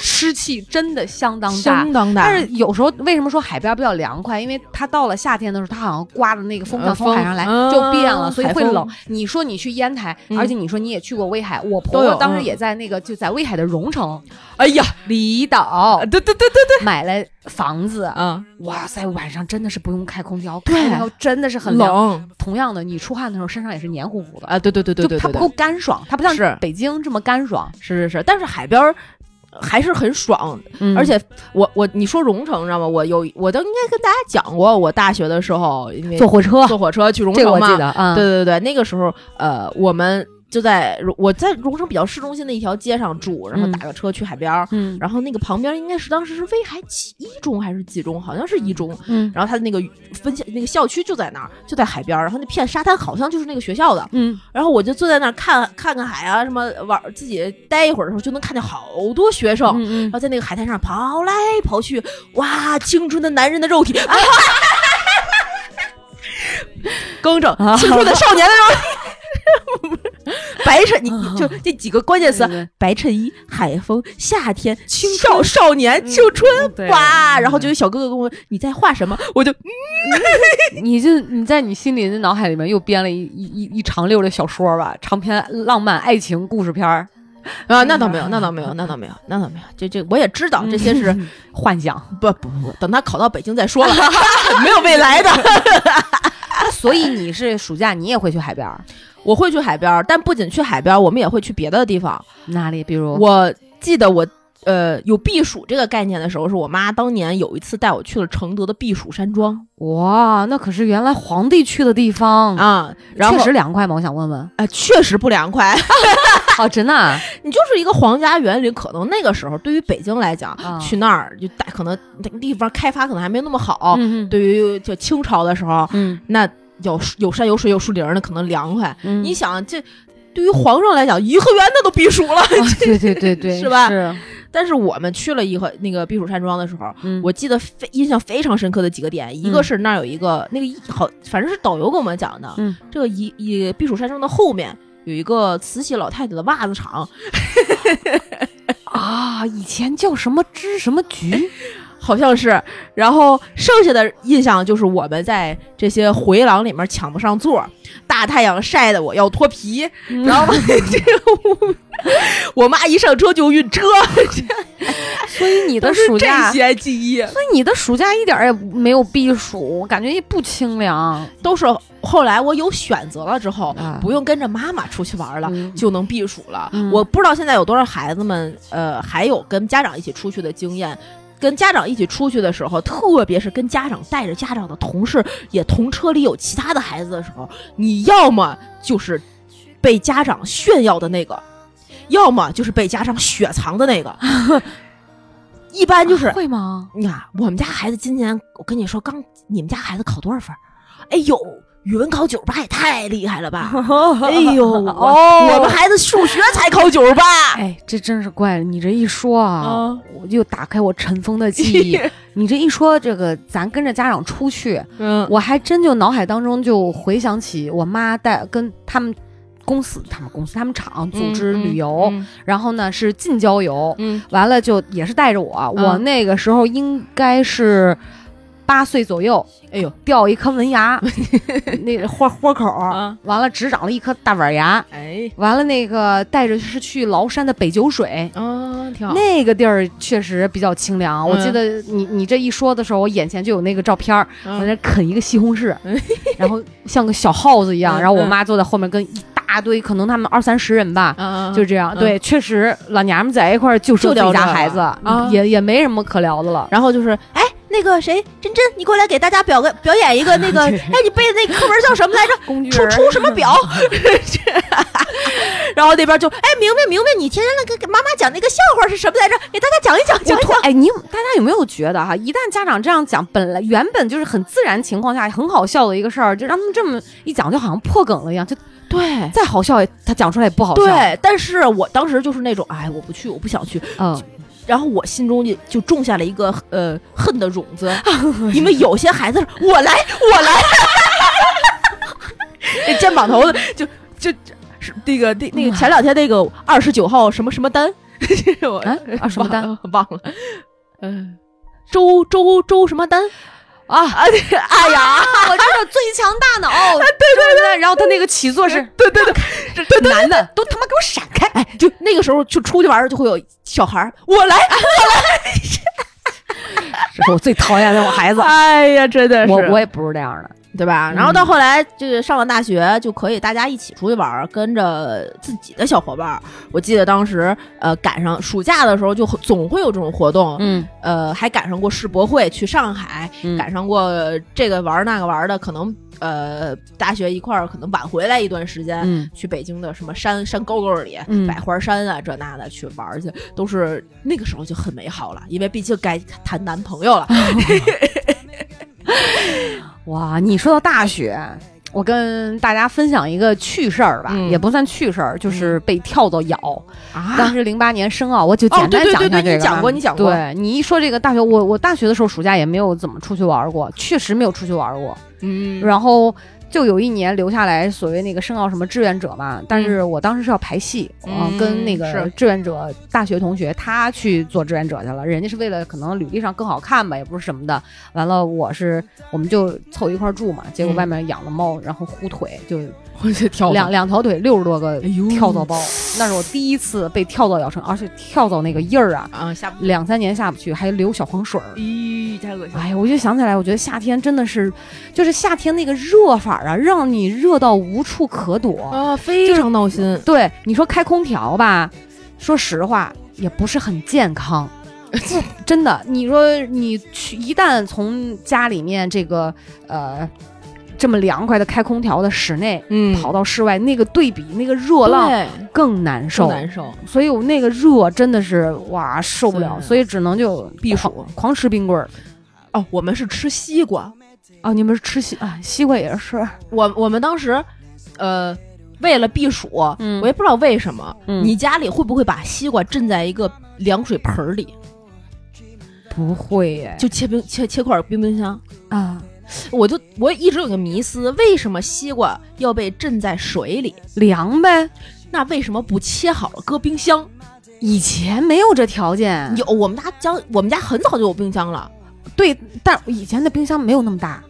B: 湿气真的相当大
A: 相。当大。
B: 但是有时候为什么说海边比较凉快？因为它到了夏天的时候，它好像刮的那个风
A: 呃
B: 向从海上来
A: 风
B: 就变了，
A: 嗯
B: 所以会
A: 海风
B: 冷。你说你去烟台，
A: 嗯
B: 而且你说你也去过威海，我
A: 都
B: 朋
A: 有
B: 友当时
A: 嗯
B: 也在那个就在威海的荣城
A: 哎呀，
B: 离嗯岛
A: 对对对对
B: 买了房子，
A: 啊，
B: 哇塞，晚上真的是不用开空调，
A: 对
B: 开空调真的是很凉。
A: 冷
B: 同样的，你出汗的时候身上也是黏糊糊的。
A: 啊，对对对对
B: 就
A: 对
B: 它
A: 对
B: 不
A: 对
B: 够，干爽，它不像
A: 是
B: 北京这么干爽。
A: 是是是，但是海边儿。呃还是很爽，
B: 嗯
A: 而且我我你说荣城，知道吗？我有我都应该跟大家讲过，我大学的时候因为
B: 坐火车，
A: 坐火车去荣
B: 这个我
A: 城嘛，
B: 记得啊。
A: 对对对，那个时候呃，我们就在我在荣城比较市中心的一条街上住，然后
B: 嗯
A: 打个车去海边儿，
B: 嗯
A: 然后那个旁边应该是当时是威海几一中还是几中，好像是一中。
B: 嗯
A: 然后它的那个分校那个校区就在那儿，就在海边儿，然后那片沙滩好像就是那个学校的。
B: 嗯，
A: 然后我就坐在那儿看看看海啊，什么玩儿自己待一会儿的时候，就能看见好多学生。
B: 嗯
A: 然后在那个海滩上跑来跑去，哇，青春的男人的肉
B: <laughs>
A: 体，啊、更正，
B: 啊
A: 青春的少年的肉
B: <laughs>
A: 体，白衬，你
B: 啊
A: 你就这几个关键词啊
B: 对对，
A: 白衬衣、海风、夏天、
B: 嗯青
A: 少少年、青春，
B: 对
A: 哇！
B: 嗯
A: 然后就有小哥哥跟我，你在画什么？我就
B: 你就你在你心里的脑海里面又编了一一一一长溜的小说吧，长篇浪漫爱情故事片儿，
A: 啊，那倒没有，那倒没有，那倒没有，那倒没有，这这我也知
B: 嗯
A: 道这些是
B: <laughs> 幻想。
A: 不不不，等他考到北京再说了， <laughs> 没有未来的。
B: 所以你是暑假你也会去海边儿？
A: 我会去海边儿，但不仅去海边儿，我们也会去别的地方。
B: 哪里？比如
A: 我记得我呃有避暑这个概念的时候，是我妈当年有一次带我去了承德的避暑山庄
B: 哇，那可是原来皇帝去的地方，
A: 啊，然后
B: 嗯确实凉快吗？我想问 <laughs> 问。
A: 啊确实不凉快。 <laughs>
B: 哦，真的啊？
A: 你就是一个皇家园林，可能那个时候对于北京来讲，
B: 啊
A: 去那儿就大可能那个地方开发可能还没那么好。
B: 嗯
A: 对于就清朝的时候，
B: 嗯
A: 那有有山有水有树林儿的，可能凉快。
B: 嗯
A: 你想这。对于皇上来讲，颐和园那都避暑了，
B: 啊对对对对，
A: 是吧
B: <laughs> 是，
A: <laughs> 但是我们去了颐和那个避暑山庄的时候，
B: 嗯
A: 我记得非印象非常深刻的几个点，一个是那儿有一个那个好，反正是导游跟我们讲的，
B: 嗯
A: 这个一一避暑山庄的后面有一个慈禧老太太的袜子厂，
B: 啊，以前叫什么支什么局？
A: 好像是。然后剩下的印象就是我们在这些回廊里面抢不上座，大太阳晒得我要脱皮，
B: 然
A: 然
B: 后 <laughs>
A: 后 <laughs> 这个我我妈一上车就晕车，
B: 所以你
A: 都
B: 的
A: 是
B: 暑
A: 这
B: 假，所
A: 些记忆。
B: 以你的暑假一点儿也没有避暑，我感觉也不清凉。
A: 都是后来我有选择了之后，
B: 啊
A: 不用跟着妈妈出去玩了，
B: 嗯
A: 就能避暑了。
B: 嗯
A: 我不知道现在有多少孩子们，呃，还有跟家长一起出去的经验。跟家长一起出去的时候，特别是跟家长带着家长的同事，也同车里有其他的孩子的时候，你要么就是被家长炫耀的那个，要么就是被家长雪藏的那
B: <laughs>
A: 个。一般就是
B: 会吗？
A: 你看，哎我们家孩子今年，我跟你说，刚你们家孩子考多少分儿？哎呦，语文考九十八也太厉害了 <laughs> 吧！哎呦，我
B: 哦
A: 我们孩子数学才考九十八。
B: 哎，这真是怪了！你这一说啊，
A: 啊，
B: 我就打开我尘封的记
A: <laughs>
B: 忆。你这一说，这个咱跟着家长出去，
A: <laughs> 嗯，
B: 我还真就脑海当中就回想起我妈带跟他们公司、他们公司、他们厂组织旅游，
A: 嗯，
B: 然后呢是近郊游，
A: 嗯
B: 完了就也是带着我，
A: 嗯
B: 我那个时候应该是八岁左右
A: 哎呦，
B: 掉一颗
A: <laughs>
B: 门牙，那个豁豁口，
A: 啊
B: 完了只长了一颗大碗牙，
A: 哎，
B: 完了那个带着是去崂山的北九水。
A: 啊，挺好。
B: 那个地儿确实比较清凉，我
A: 嗯
B: 记得你你这一说的时候，我眼前就有那个照片儿，我
A: 嗯
B: 在那啃一个西红柿
A: 嗯，
B: <laughs> 然后像个小耗子一样，
A: 嗯
B: 然后我
A: 嗯
B: 妈坐在后面跟一大堆，可能他们二三十人吧，
A: 啊，
B: 就这样。
A: 嗯
B: 对，确实老娘们在一块儿就
A: 就
B: 说自己
A: 聊这
B: 家
A: 个
B: 孩子，
A: 啊
B: 嗯也也没什么可聊的了。
A: 然后就是，哎，那个谁，珍珍，你过来给大家表个表演一个那个，哎，你背的那课文叫什么来着？
B: 工具
A: 出出什么 <laughs> 表？然后那边就，哎，明白明白，你天天那个给妈妈讲那个笑话是什么来着？给大家讲一讲，讲
B: 我
A: 一
B: 突
A: 讲。
B: 哎，你大家有没有觉得哈，一旦家长这样讲，本来原本就是很自然情况下很好笑的一个事儿，就让他们这么一讲，就好像破梗了一样，就
A: 对。
B: 再好笑也他讲出来也不好笑。，
A: 对，但是我当时就是那种，哎，我不去，我不想去。
B: 嗯，
A: 然后我心中就就种下了一个呃恨的种
B: <laughs>
A: 子，因为有些孩子是我来， <laughs> 我来，那肩膀头子就就是那个那那个前两天那个二十九号什么什么丹，我
B: 啊啊什么丹
A: 忘了 <laughs> 忘
B: <laughs>
A: 了，嗯，周周周什么丹啊啊！对哎呀，
B: 我知道最强大脑，哎对对对，然后他那个起坐是，对对对，对男的都他妈给我闪开，
A: 哎，就那个时候就出去玩儿就会有小孩儿，我来，
B: 这是我最讨厌的我孩子。
A: 哎呀，真的
B: 我我也不是这样的，
A: 对吧？
B: 嗯
A: 然后到后来就是上了大学，就可以大家一起出去玩儿，跟着自己的小伙伴儿。我记得当时呃赶上暑假的时候，就很总会有这种活动，
B: 嗯，
A: 呃还赶上过世博会去上海，赶上过这个玩儿那个玩儿的，可能呃大学一块儿可能晚回来一段时间。
B: 嗯
A: 去北京的什么山山沟沟里、
B: 嗯
A: 百花山啊，这那的去玩儿去，都是那个时候就很美好了，因为毕竟该谈男朋友了。
B: <laughs> 哇，你说到大学，我跟大家分享一个趣事儿吧，
A: 嗯
B: 也不算趣事儿，就是被跳蚤咬。
A: 啊
B: 当时零八年申奥，我就
A: 哦
B: 简，
A: 对
B: 单
A: 对对
B: 讲一下
A: 对，
B: 这个吧。
A: 你讲过，你讲过，
B: 对你一说这个大学，我我大学的时候暑假也没有怎么出去玩过，确实没有出去玩过。
A: 嗯
B: 然后就有一年留下来所谓那个申奥什么志愿者嘛，但是我当时是要排戏，
A: 嗯
B: 呃跟那
A: 是
B: 个志愿者大学同学他去做志愿者去了，人家是为了可能履历上更好看吧，也不是什么的。完了，我是我们就凑一块儿住嘛，结果
A: 嗯
B: 外面养了猫，然后呼腿就
A: 我去跳
B: 两两条腿六十多个
A: 哎呦
B: 跳蚤包，那是我第一次被跳蚤咬成，而且跳蚤那个印儿啊，
A: 啊，下不，
B: 两三年下不去，还流小黄水儿。
A: 咦，太恶心
B: 哎呀，我就想起来，我觉得夏天真的是，就是夏天那个热法儿啊，让你热到无处可躲。
A: 啊，非常闹 <laughs> 心。
B: 对，你说开空调吧，说实话也不是很健康。真的，你说你去一旦从家里面这个呃这么凉快的开空调的室内
A: 嗯
B: 跑到室外，那个对比那个热
A: 波
B: 浪
A: 浪
B: 更难受。
A: 难受，
B: 所以我那个热真的是哇受不了，
A: 是
B: 所以只能就
A: 避暑
B: 狂狂吃冰棍儿
A: 哦，我们是吃西瓜，
B: 啊！你们是吃西啊西瓜也是，
A: 我我们当时，呃，为了避暑，
B: 嗯
A: 我也不知道为什么，
B: 嗯
A: 你家里会不会把西瓜浸在一个凉水盆儿里，
B: 不会耶
A: 就切冰切切块儿冰冰箱？
B: 啊？
A: 我就我一直有个迷思，为什么西瓜要被浸在水里？
B: 凉呗，
A: 那为什么不切好了搁冰箱？
B: 以前没有这条件，
A: 有我们家家我们家很早就有冰箱了，
B: 对，但以前的冰箱没有那么大，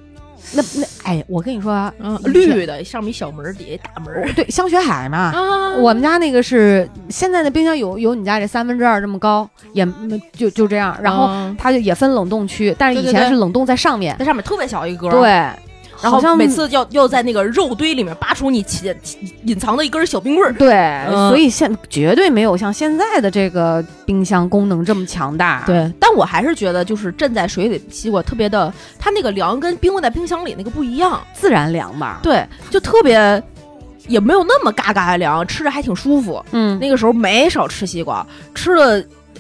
B: 那那哎，我跟你说 <laughs> 啊，
A: 嗯，
B: 以前
A: 绿的上面一小门儿底下一大门儿
B: 对，香雪海嘛。
A: 啊
B: 我们家那个是现在的冰箱有有你家这三分之二这么高，也没就就这样，然后
A: 嗯
B: 它就也分冷冻区，但是
A: 对
B: 以
A: 对
B: 前
A: 对
B: 是冷冻在上面，
A: 在上面特别小一格，
B: 对，
A: 然
B: 好
A: 后
B: 像
A: 每次要要在那个肉堆里面扒出你起起隐藏的一根小冰棍儿，
B: 对，
A: 嗯
B: 所以现绝对没有像现在的这个冰箱功能这么强大。，
A: 对，但我还是觉得就是浸在水里的西瓜特别的，它那个凉跟冰棍在冰箱里那个不一样，
B: 自然凉吧。，
A: 对，就特别也没有那么嘎嘎的凉，吃着还挺舒服。
B: 嗯，
A: 那个时候没少吃西瓜，吃了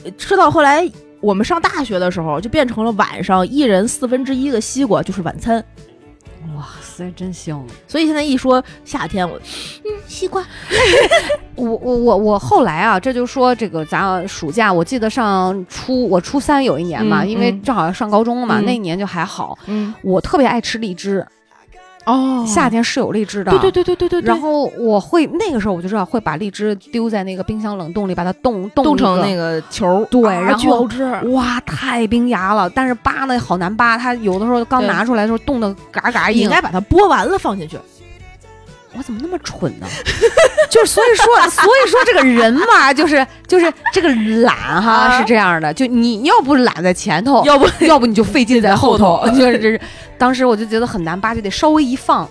A: 呃吃到后来。我们上大学的时候，就变成了晚上一人四分之一个西瓜就是晚餐，
B: 哇塞，真香！
A: 所以现在一说夏天，我嗯西瓜
B: 我我我我后来啊，这就说这个咱暑假，我记得上初我初三有一年嘛，
A: 嗯
B: 因为
A: 嗯
B: 正好上高中了嘛，
A: 嗯
B: 那一年就还好。
A: 嗯
B: 我特别爱吃荔枝，
A: 哦
B: 夏天是有荔枝的。
A: 对对对对对对，对
B: 然后我会那个时候我就知道会把荔枝丢在那个冰箱冷冻里，把它冻冻
A: 冻成
B: 一个
A: 那个球，
B: 对
A: 啊
B: 然后
A: 巨好吃，
B: 哇，太冰牙了！但是扒呢好难扒，它有的时候刚
A: 对
B: 拿出来的时候冻得嘎嘎
A: 你应
B: 硬。
A: 该把它剥完了放进去。
B: 我怎么那么蠢呢？ <laughs> 就是所以说，所以说这个人嘛， <laughs> 就是就是这个懒哈、
A: 啊
B: 是这样的，就你要不懒在前头，
A: 要不
B: <laughs> 要不你就费劲在后 <laughs> 头，就是这是。当时我就觉得很难扒，就得稍微一放，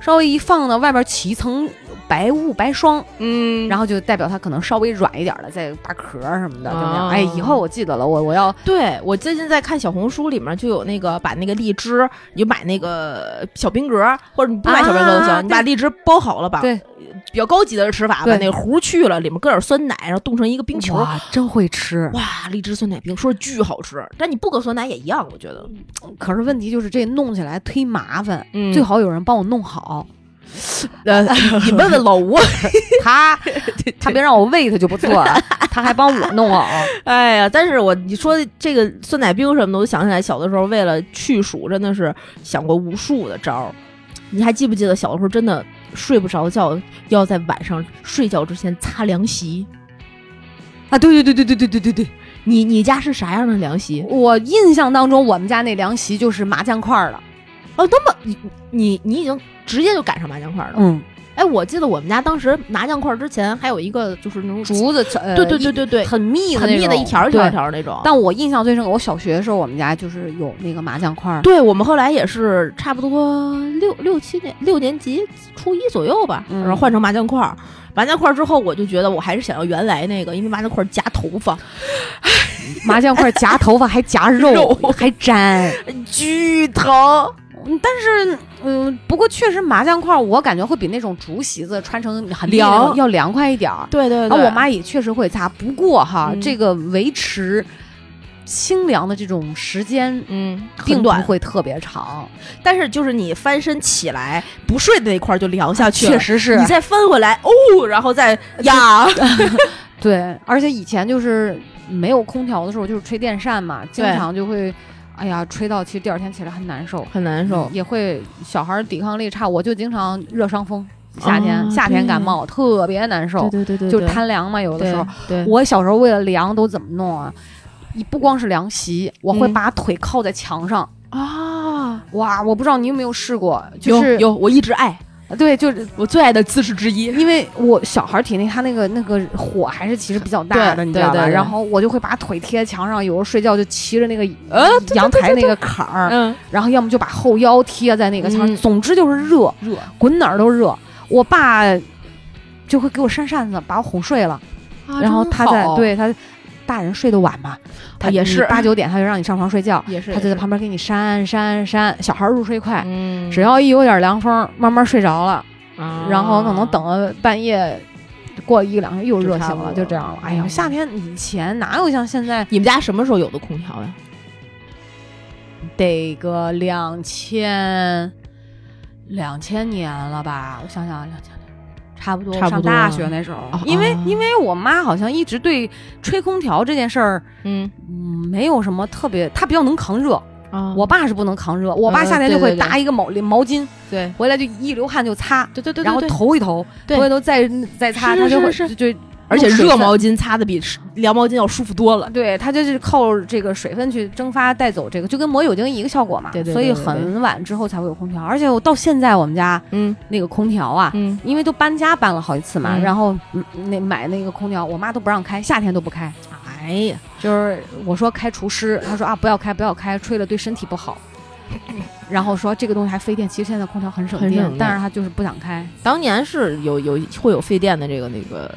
B: 稍微一放呢，外边起一层白雾白霜，
A: <laughs> 嗯
B: 然
A: 后
B: 后就代表它可能稍微软一点了，再扒壳儿什么的，就那样。
A: 啊
B: 哎，以后我记得了，我我要
A: 对我最近在看小红书，里面就有那个把那个荔枝，你就买那个小冰格，或者你不买小冰格都行，
B: 啊
A: 你把
B: 对
A: 荔枝剥好了吧，
B: 对
A: 比较高级的吃法，把
B: 对
A: 那个核去了，里面搁点酸奶，然后冻成一个冰球。
B: 哇，真会吃。
A: 哇，荔枝酸奶冰说是巨好吃，但你不搁酸奶也一样，我觉得。
B: 可是问题就是这弄起来忒麻烦，
A: 嗯
B: 最好有人帮我弄好。
A: <laughs> 呃，你问问老 <laughs> 吴，
B: 他他别让我喂他就不错了，
A: <laughs>
B: 他还帮我弄好。
A: 哎呀，但是我你说这个酸奶冰什么的，我想起来小的时候为了去暑，真的是想过无数的招儿。你还记不记得小的时候真的睡不着觉，要在晚上睡觉之前擦凉席？
B: 啊，对对对对对对对对对，
A: 你你家是啥样的凉席？
B: 我印象当中我们家那凉席就是麻将块儿的，
A: 哦，那么你你你已经直接就赶上麻将块了。
B: 嗯，
A: 哎，我记得我们家当时麻将块之前还有一个就是那种，
B: 竹子，呃
A: 对对对对对，
B: 很密的
A: 很密的一条一条一。条那种
B: 对。但我印象最深刻，我小学的时候我们家就是有那个麻将块儿，
A: 对我们后来也是差不多六六七年六年级初一左右吧，
B: 嗯
A: 然后换成麻将块儿。麻将块儿之后，我就觉得我还是想要原来那个，因为麻将块儿夹头发，
B: 麻将块儿夹头发还夹肉，
A: <laughs> 肉
B: 还
A: <laughs>
B: 粘。
A: 巨疼。
B: 嗯但是，嗯，不过确实麻将块儿我感觉会比那种竹席子穿成很
A: 凉
B: 那种要凉快一点儿。
A: 对对
B: 然后
A: 对，
B: 啊我妈也确实会擦，不过哈，
A: 嗯
B: 这个维持清凉的这种时间
A: 嗯
B: 并
A: 很
B: 不
A: 短，
B: 会特别长，
A: 但是就是你翻身起来不睡的那块儿就凉下去了，
B: 啊确实是
A: 你再翻回来哦，然后再呀，
B: 对。而且以前就是没有空调的时候，就是吹电扇嘛，经
A: 对
B: 常就会，哎呀，吹到其实第二天起来很难受，
A: 很难
B: 嗯也会小孩儿抵抗力差，我就经常热伤风，夏天、
A: 啊
B: 夏天感
A: 对
B: 冒特别难受，
A: 对对嗯对
B: 就是贪凉嘛，有的时候。，
A: 对
B: 我小时候为了凉都怎么弄啊？你不光是凉席，我会
A: 嗯
B: 把腿靠在墙上。
A: 啊，
B: 哇，我不知道你有没有试过，就
A: 有
B: 是
A: 有，我一直爱
B: 对，就是
A: 我最爱的姿势之一，
B: 因为我小孩体内他那个那个火还是其实比较大的，
A: 对
B: 你知道
A: 对
B: 吧？
A: 对对
B: 然后我就会把腿贴墙上，有时候睡觉就骑着那个
A: 呃
B: 阳台那个坎儿，
A: 嗯，
B: 然后要么就把后腰贴在那个墙上，
A: 嗯
B: 总之就是热，
A: 热
B: 滚哪儿都热。我爸就会给我扇扇子，把我哄睡了，
A: 啊
B: 然后他在对他。大人睡得晚嘛，他
A: 也是
B: 八九点，他就让你上床睡觉，
A: <laughs> 也是，
B: 他就在旁边给你扇扇扇。小孩儿入睡快，
A: 嗯
B: 只要一有点凉风，慢慢睡着了，然后可能等了半夜，过一个两天又热醒了，
A: 啊就差不多嗯
B: 就这样了。哎呀，夏天以前哪有像现在
A: 你们家什么时候有的空调呀？
B: 得个两千两千年了吧？我想想，啊两千年。差不多，
A: 差不
B: 上
A: 多
B: 大学那时候，
A: 啊
B: 因为
A: 啊
B: 因为我妈好像一直对吹空调这件事儿，
A: 嗯
B: 嗯，没有什么特别，她比较能扛热。
A: 啊
B: 我爸是不能扛热，我爸
A: 嗯
B: 夏天
A: 对
B: 就会
A: 对对
B: 搭一个毛毛巾
A: 对
B: 回来，就一流汗就擦，
A: 对对对，
B: 然后投一投，
A: 对
B: 投一投再再擦，
A: 是
B: 它就会
A: 是
B: 就就
A: 而且
B: 用水
A: 热
B: 分
A: 毛巾擦的比凉毛巾要舒服多了。
B: 对，它就是靠这个水分去蒸发带走这个，就跟抹酒精一个效果嘛。
A: 对对对
B: 所以
A: 对对
B: 很晚之后才会有空调，而且我到现在我们家
A: 嗯
B: 那个空调啊，
A: 嗯，
B: 因为都搬家搬了好几次嘛，
A: 嗯
B: 然后嗯那买那个空调，我妈都不让开，夏天都不开，
A: 哎呀，
B: 就是我说开除湿，她说啊不要开不要开，吹了对身体不 <laughs> 好。然后说这个东西还费电，其实现在空调很省
A: 很
B: 电，
A: 省电
B: 但是她就是不想开。
A: 当年是有有会有费电的这个那个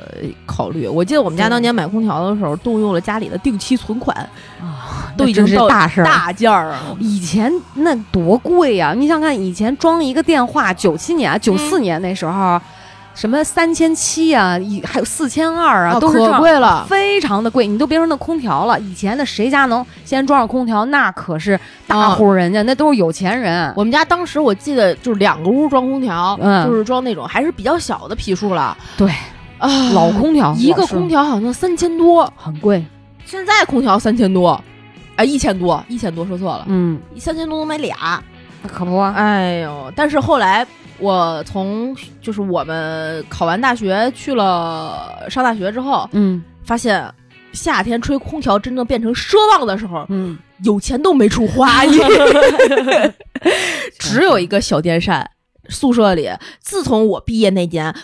A: 考虑。我记得我们家当年买空调的时候，动用了家里的定期存款，
B: 啊，
A: 都已经
B: 真是
A: 到
B: 大事儿了
A: 大件儿啊！
B: 以前那多贵呀、你想看以前装一个电话，九七年、啊九四年那时候，什么三千七呀，一还有四千二啊，
A: 啊
B: 都是这
A: 可
B: 样
A: 贵了。
B: 非常的贵。你都别说那空调了，以前那谁家能先装上空调？那可是大
A: 啊
B: 户人家，那都是有钱人。
A: 我们家当时我记得就是两个屋装空调，
B: 嗯
A: 就是装那种还是比较小的批数了。
B: 对
A: 啊，
B: 老空调，
A: 一个
B: 老式
A: 空调好像三千多，
B: 很贵，
A: 现在空调三千多，哎，一千多，一千多说错了，
B: 嗯，
A: 三千多能买俩。
B: 可不啊，
A: 哎呦！但是后来我从就是我们考完大学去了上大学之后，
B: 嗯
A: 发现夏天吹空调真正变成奢望的时候，
B: 嗯，
A: 有钱都没处花， <laughs> 你 <laughs> 只有一个小电扇。宿舍里，自从我毕业那年，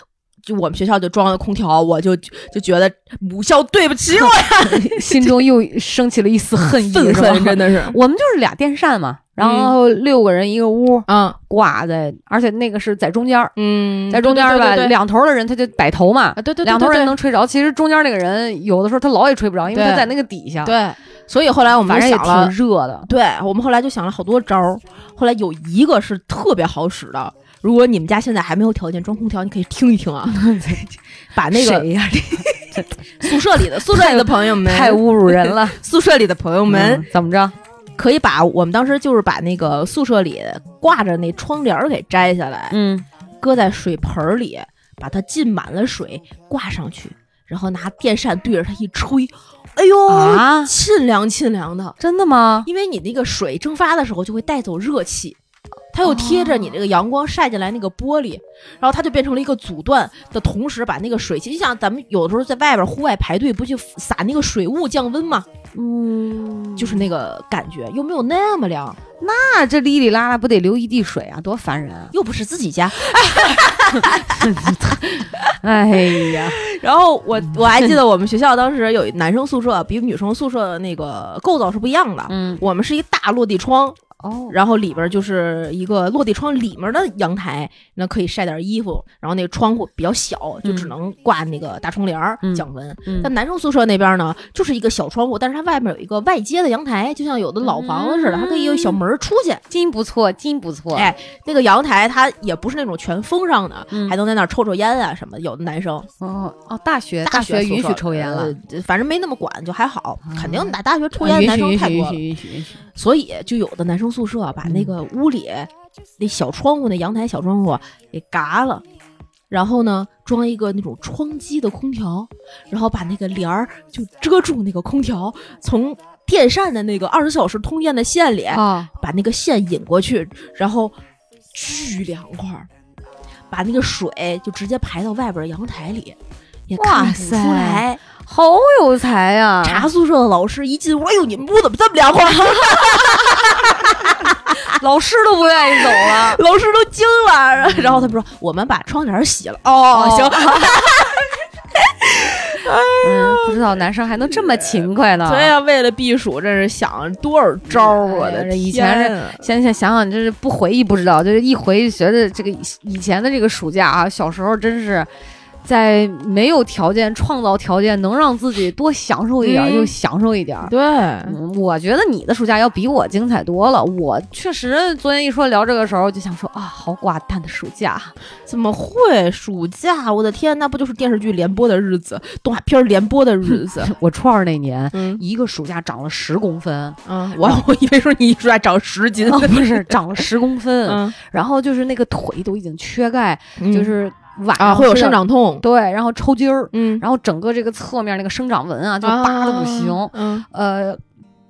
A: 就我们学校就装了空调，我就就觉得母校对不起我，
B: <laughs> 心中又升起了一丝恨意，
A: <laughs> 愤
B: 是吧
A: 恨真的是，
B: <laughs> 我们就是俩电扇嘛，然后六个人一个屋
A: 嗯
B: 挂在，而且那个是在中间儿，
A: 嗯
B: 在中间儿吧，
A: 对对对对
B: 两头的人他就摆头嘛，
A: 啊，对对，对
B: 两头
A: 对
B: 人
A: 对
B: 能吹着。其实中间那个人有的时候他老也吹不着，因为
A: 对
B: 他在那个底下，
A: 对，所以后来我们
B: 反
A: 就
B: 正也
A: 想
B: 挺
A: 了，
B: 热的。
A: 对我们后来就想了好多招儿，后来有一个是特别好使的。如果你们家现在还没有条件装空调，你可以听一听 <laughs> 啊，把那个
B: 谁呀？
A: 宿舍里的宿舍里的朋友们，
B: 太侮辱人
A: <laughs>
B: 了！
A: 宿舍里的朋友
B: 我
A: 们
B: 怎么着？
A: 可以把我们当时就是把那个宿舍里挂着那窗帘儿给摘下来， <laughs>
B: 嗯，
A: 搁在水盆儿里，把它浸满了水，挂上去，然后拿电扇对着它一吹，哎呦，
B: 啊
A: 沁凉沁凉的，
B: 真的吗？
A: 因为你那个水蒸发的时候就会带走热气。它又贴着你这个阳光晒进来那个玻璃，然后它就变成了一个阻断的同时，把那个水汽，你想咱们有的时候在外边户外排队，不去撒那个水雾降温嘛，
B: 嗯，
A: 就是那个感觉，又没有那么凉，
B: 那这哩哩啦啦不得流一地水啊，多烦
A: <laughs>
B: 人啊！
A: 又不是自己家。
B: 哎
A: <laughs>
B: 呀，
A: 然后我我还记得我们学校当时有一男生宿舍比女生宿舍的那个构造是不一样的，
B: 嗯，
A: 我们是一大落地窗，
B: 哦，
A: 然后里边就是一个落地窗里面的阳台，那可以晒点衣服，然后那个窗户比较小，就只能挂那个大窗帘儿、
B: 嗯
A: 降温。
B: 嗯
A: 但男生宿舍那边呢，就是一个小窗户，但是它外面有一个外接的阳台，就像有的老房子似的，它可以有小门儿出去。
B: 金不错，金不错，
A: 哎那个阳台它也不是那种全封上的，
B: 嗯
A: 还能在那儿抽抽烟啊什么的。有的男生
B: 哦哦，大学
A: 学
B: 学
A: 宿舍
B: 允许抽烟了，
A: 呃反正没那么管，就还好。肯定大大学抽烟
B: 啊
A: 的
B: 允
A: 男
B: 许
A: 生
B: 允
A: 太
B: 许
A: 多
B: 允
A: 了
B: 许，允许允许，
A: 所以就有的男生宿舍啊把
B: 嗯
A: 那个屋里那小窗户、那阳台小窗户给嘎了，然后呢装一个那种窗机的空调，然后把那个帘儿就遮住那个空调，从电扇的那个二十小时通电的线里
B: 啊，
A: 把那个线引过去，然后巨凉快儿，把那个水就直接排到外边阳台里。也看
B: 哇
A: 不
B: 塞
A: 出来，
B: 好有才啊呀！
A: 查宿舍的老师一进屋，哎呦，你们屋怎么这么凉快？
B: 老师都不愿意走了
A: <laughs> 。老师都惊了，然后然后他们说我们把窗帘洗了。
B: 哦
A: 行， <laughs>
B: 嗯，不知道男生还能这么勤快呢。
A: 所以哎啊为了避暑，真是想了多少招儿，啊
B: 哎呀
A: 我的
B: 这
A: 天！
B: 以前是现在想想，就是不回忆不知道，就是一回忆觉得这个以以前的这个暑假啊，小时候真是在没有条件创造条件，能让自己多享受一点儿
A: 嗯
B: 就享受一点儿。
A: 对，
B: 嗯我觉得你的暑假要比我精彩多了。我确实昨天一说聊这个时候，就想说啊，好寡淡的暑假。
A: 怎么会？暑假，我的天，那不就是电视剧连播的日子，动画片儿连播的日子？
B: <laughs> 我初二那年，
A: <laughs> 嗯
B: 一个暑假长了十公 <laughs> 分，
A: 嗯，我我以为说你一出来长十斤，
B: 啊，不是长了十公分，
A: 嗯，
B: 然后就是那个腿都已经缺钙，
A: 嗯
B: 就是晚上
A: 啊，会有
B: 睡
A: 生
B: 到，
A: 长痛，
B: 对，然后抽筋儿，
A: 嗯，
B: 然后整个这个侧面那个生长纹啊，就扒的不行，
A: 啊嗯，
B: 呃。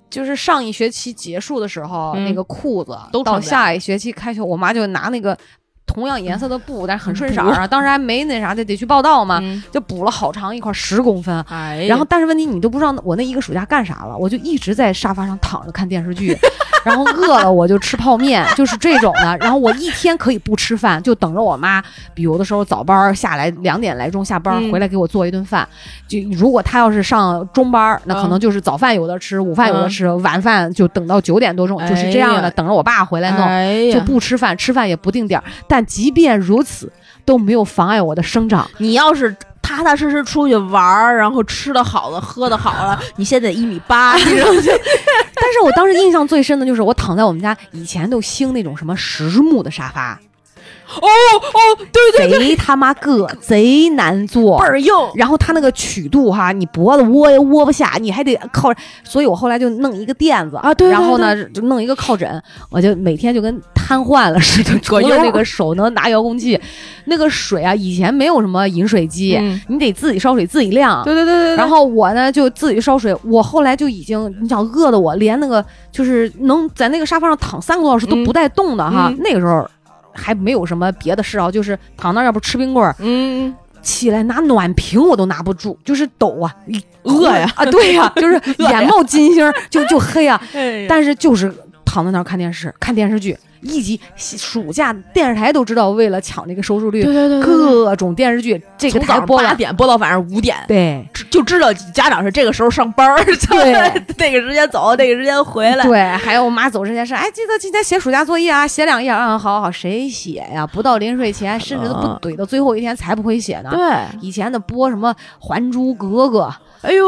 B: 就是上一学期结束的时候，
A: 嗯
B: 那个裤子
A: 都穿
B: 到
A: 不了
B: 下一学期开学，我妈就拿那个同样颜色的布，但是很顺色儿啊。当时还没那啥，得得去报道嘛，
A: 嗯
B: 就补了好长一块十公分。
A: 哎呀，
B: 然后，但是问题你都不知道我那一个暑假干啥了，我就一直在沙发上躺着看电视
A: <laughs>
B: 剧，然后饿了我就吃泡面，就是这种的。然后我一天可以不吃饭，就等着我妈，比如有的时候早班儿下来两点来钟下班
A: 嗯
B: 儿回来给我做一顿饭。就如果她要是上中班儿，那可
A: 嗯
B: 能就是早饭有的吃，午饭有的吃，晚饭就等到九点多钟，就是这样
A: 哎呀
B: 的，等着我爸回来弄。
A: 哎
B: 就
A: 呀，
B: 不吃饭，吃饭也不定点儿，但即便如此，都没有妨碍我的生长。
A: 你要是踏踏实实出去玩儿，然后吃的好了，喝的好了，你现在一米八，你知道吗？
B: 但是我当时印象最深的就是我躺在我们家以前都兴那种什么实木的沙发，
A: 哦，对对对，
B: 贼他妈硌，贼难做
A: 倍。儿硬。
B: 然后它那个曲度哈，你脖子窝也窝不下，你还得靠。所以我后来就弄一个垫子
A: 啊对对
B: 然后呢就弄一个靠枕，我就每天就跟瘫痪了似的，除了
A: 右
B: 那个手能拿遥控器，那个水啊，以前没有什么饮水机，
A: 嗯
B: 你得自己烧水自己晾。
A: 对对对对，
B: 然后我呢就自己烧水，我后来就已经，你想饿的我连那个就是能在那个沙发上躺三个多小时都
A: 嗯
B: 不带动的哈，
A: 嗯
B: 那个时候还没有什么别的嗜好，就是躺那儿要不吃冰棍儿，
A: 嗯，
B: 起来拿暖瓶我都拿不住，就是抖啊，
A: 饿呀
B: 啊，
A: <laughs>
B: 对呀、就是眼冒金星儿，就就黑啊，
A: 哎呀
B: 但是就是躺在那儿看电视，看电视剧，一集暑假电视台都知道，为了抢这个收视
A: 对
B: 率，
A: 对对，
B: 各种电视剧这
A: 这
B: 个
A: 个
B: 台
A: 台
B: 播
A: 播八
B: 了，
A: 点播到晚上五点，
B: 对
A: 知就知道家长是这个时候上班儿，
B: 对
A: 那个时间走，那个时间回来。
B: 对，还有我妈走之前说，哎，记得今天写暑假作业啊，写两页啊，好好，谁写呀？不到临睡前，甚至都不
A: 啊
B: 怼到最后一天才不会写呢。
A: 对，
B: 以前的播什么《还珠格格
A: 哎呦》，，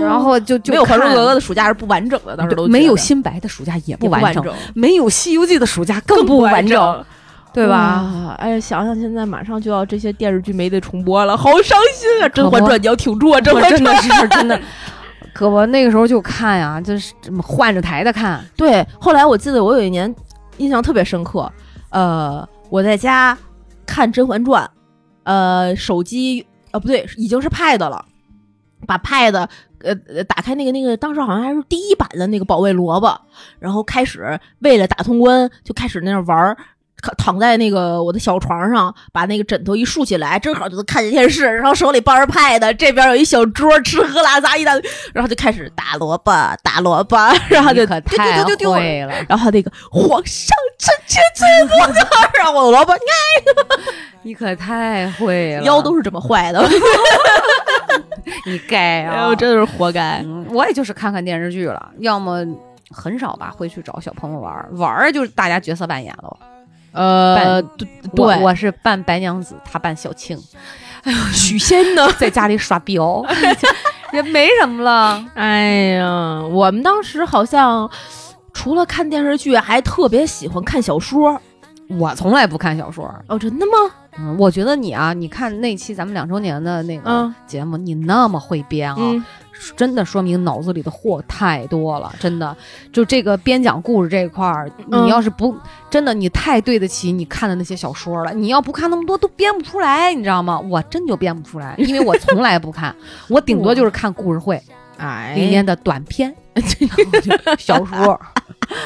B: 然后就就
A: 没有《还珠
B: 看
A: 格格》的暑假是不完整的，当时都
B: 没有《
A: 觉得
B: 新白》的暑假也不
A: 也不
B: 完
A: 完
B: 整，，没有《西游记》的暑假更不
A: 不
B: 完整，
A: 整，
B: 对吧？？
A: 哎呀，想想现在马上就要这些电视剧没得重播了，好伤心啊！《甄
B: 可
A: 嬛
B: 不
A: 传》你要挺住啊，《甄
B: 我
A: 嬛
B: 真
A: 传
B: 的是真的，可不那个时候就看呀，就是这么换着台的看，》
A: 对。后来我记得我有一年印象特别深刻，呃，我在家看《甄嬛传》，呃，手机呃不对，已经是 Pad 了，把 Pad 呃呃打开那个那个，当时好像还是第一版的那个保卫萝卜，然后开始为了打通关就开始那样玩儿。躺躺在那个我的小床上，把那个枕头一竖起来，正好就能看见电视，然后手里抱着 pad，这边有一小桌，吃喝拉撒一大堆，然后就开始打萝卜，打萝卜，然后
B: 你
A: 就
B: 可
A: 丢
B: 太
A: 丢丢丢丢，
B: 会了，
A: 然后那个皇上臣妾罪不得，然后我萝卜你
B: 你可太会了，
A: 看腰都是这么坏的，哎
B: 你该啊！
A: 真的是活该。
B: 嗯，我也就是看看电视剧了，要么很少吧，会去找小朋友玩儿玩儿，就是大家角色扮演了。
A: 呃，对
B: <laughs> 我
A: 对，
B: 我是扮白娘子，他扮小青，
A: 许仙呢？
B: 在家里耍彪， <laughs> 也没什么了。
A: 哎呀，我们当时好像除了看电视剧，还特别喜欢看小说。
B: 我从来不看小说，
A: 哦，真的吗？
B: 嗯，我觉得你啊，你看那期咱们两周年的那个
A: 嗯
B: 节目，你那么会编啊，
A: 嗯，
B: 真的说明脑子里的货太多了，真的。就这个编讲故事这一块儿，
A: 嗯
B: 你要是不、真的，你太对得起你看的那些小说了。你要不看那么多，都编不出来，你知道吗？我真就编不出来，因为我从来不看，我顶多就是看故事会
A: 哎
B: 里面的短篇、小 <laughs> 说。就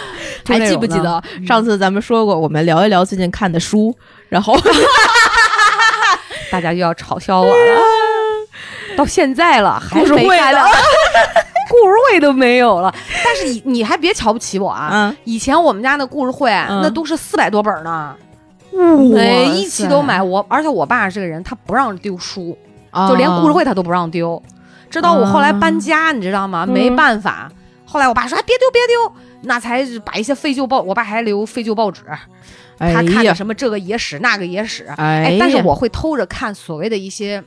A: 还
B: 那
A: 记
B: 种嗯
A: 不记
B: 的
A: 得上次咱们说过，我们聊一聊最近看的书，然后
B: 大家又要嘲笑我了？到现在了，还
A: 故事
B: 没
A: 会
B: 干 <laughs>
A: 了
B: 了，故事会都没有了。但是你你还别瞧不起我 <laughs> 啊！
A: <laughs> 啊，
B: 以前我们家那故事会、
A: 嗯
B: 那都是四百多本呢，每
A: 每
B: 哎一期都买。我，而且我爸这个人，他不让丢书，
A: 啊
B: 就连故事会他都不让丢。直到我后来搬家，你知道吗？
A: 嗯
B: 没办法，后来我爸说：“哎，别丢，别丢。”那才是把一些废旧报，我爸还留废旧报纸，
A: 哎
B: 他看
A: 呀
B: 的什么这个野史、那个野史。
A: 哎
B: 哎，但是
A: 呀
B: 我会偷着看所谓的一些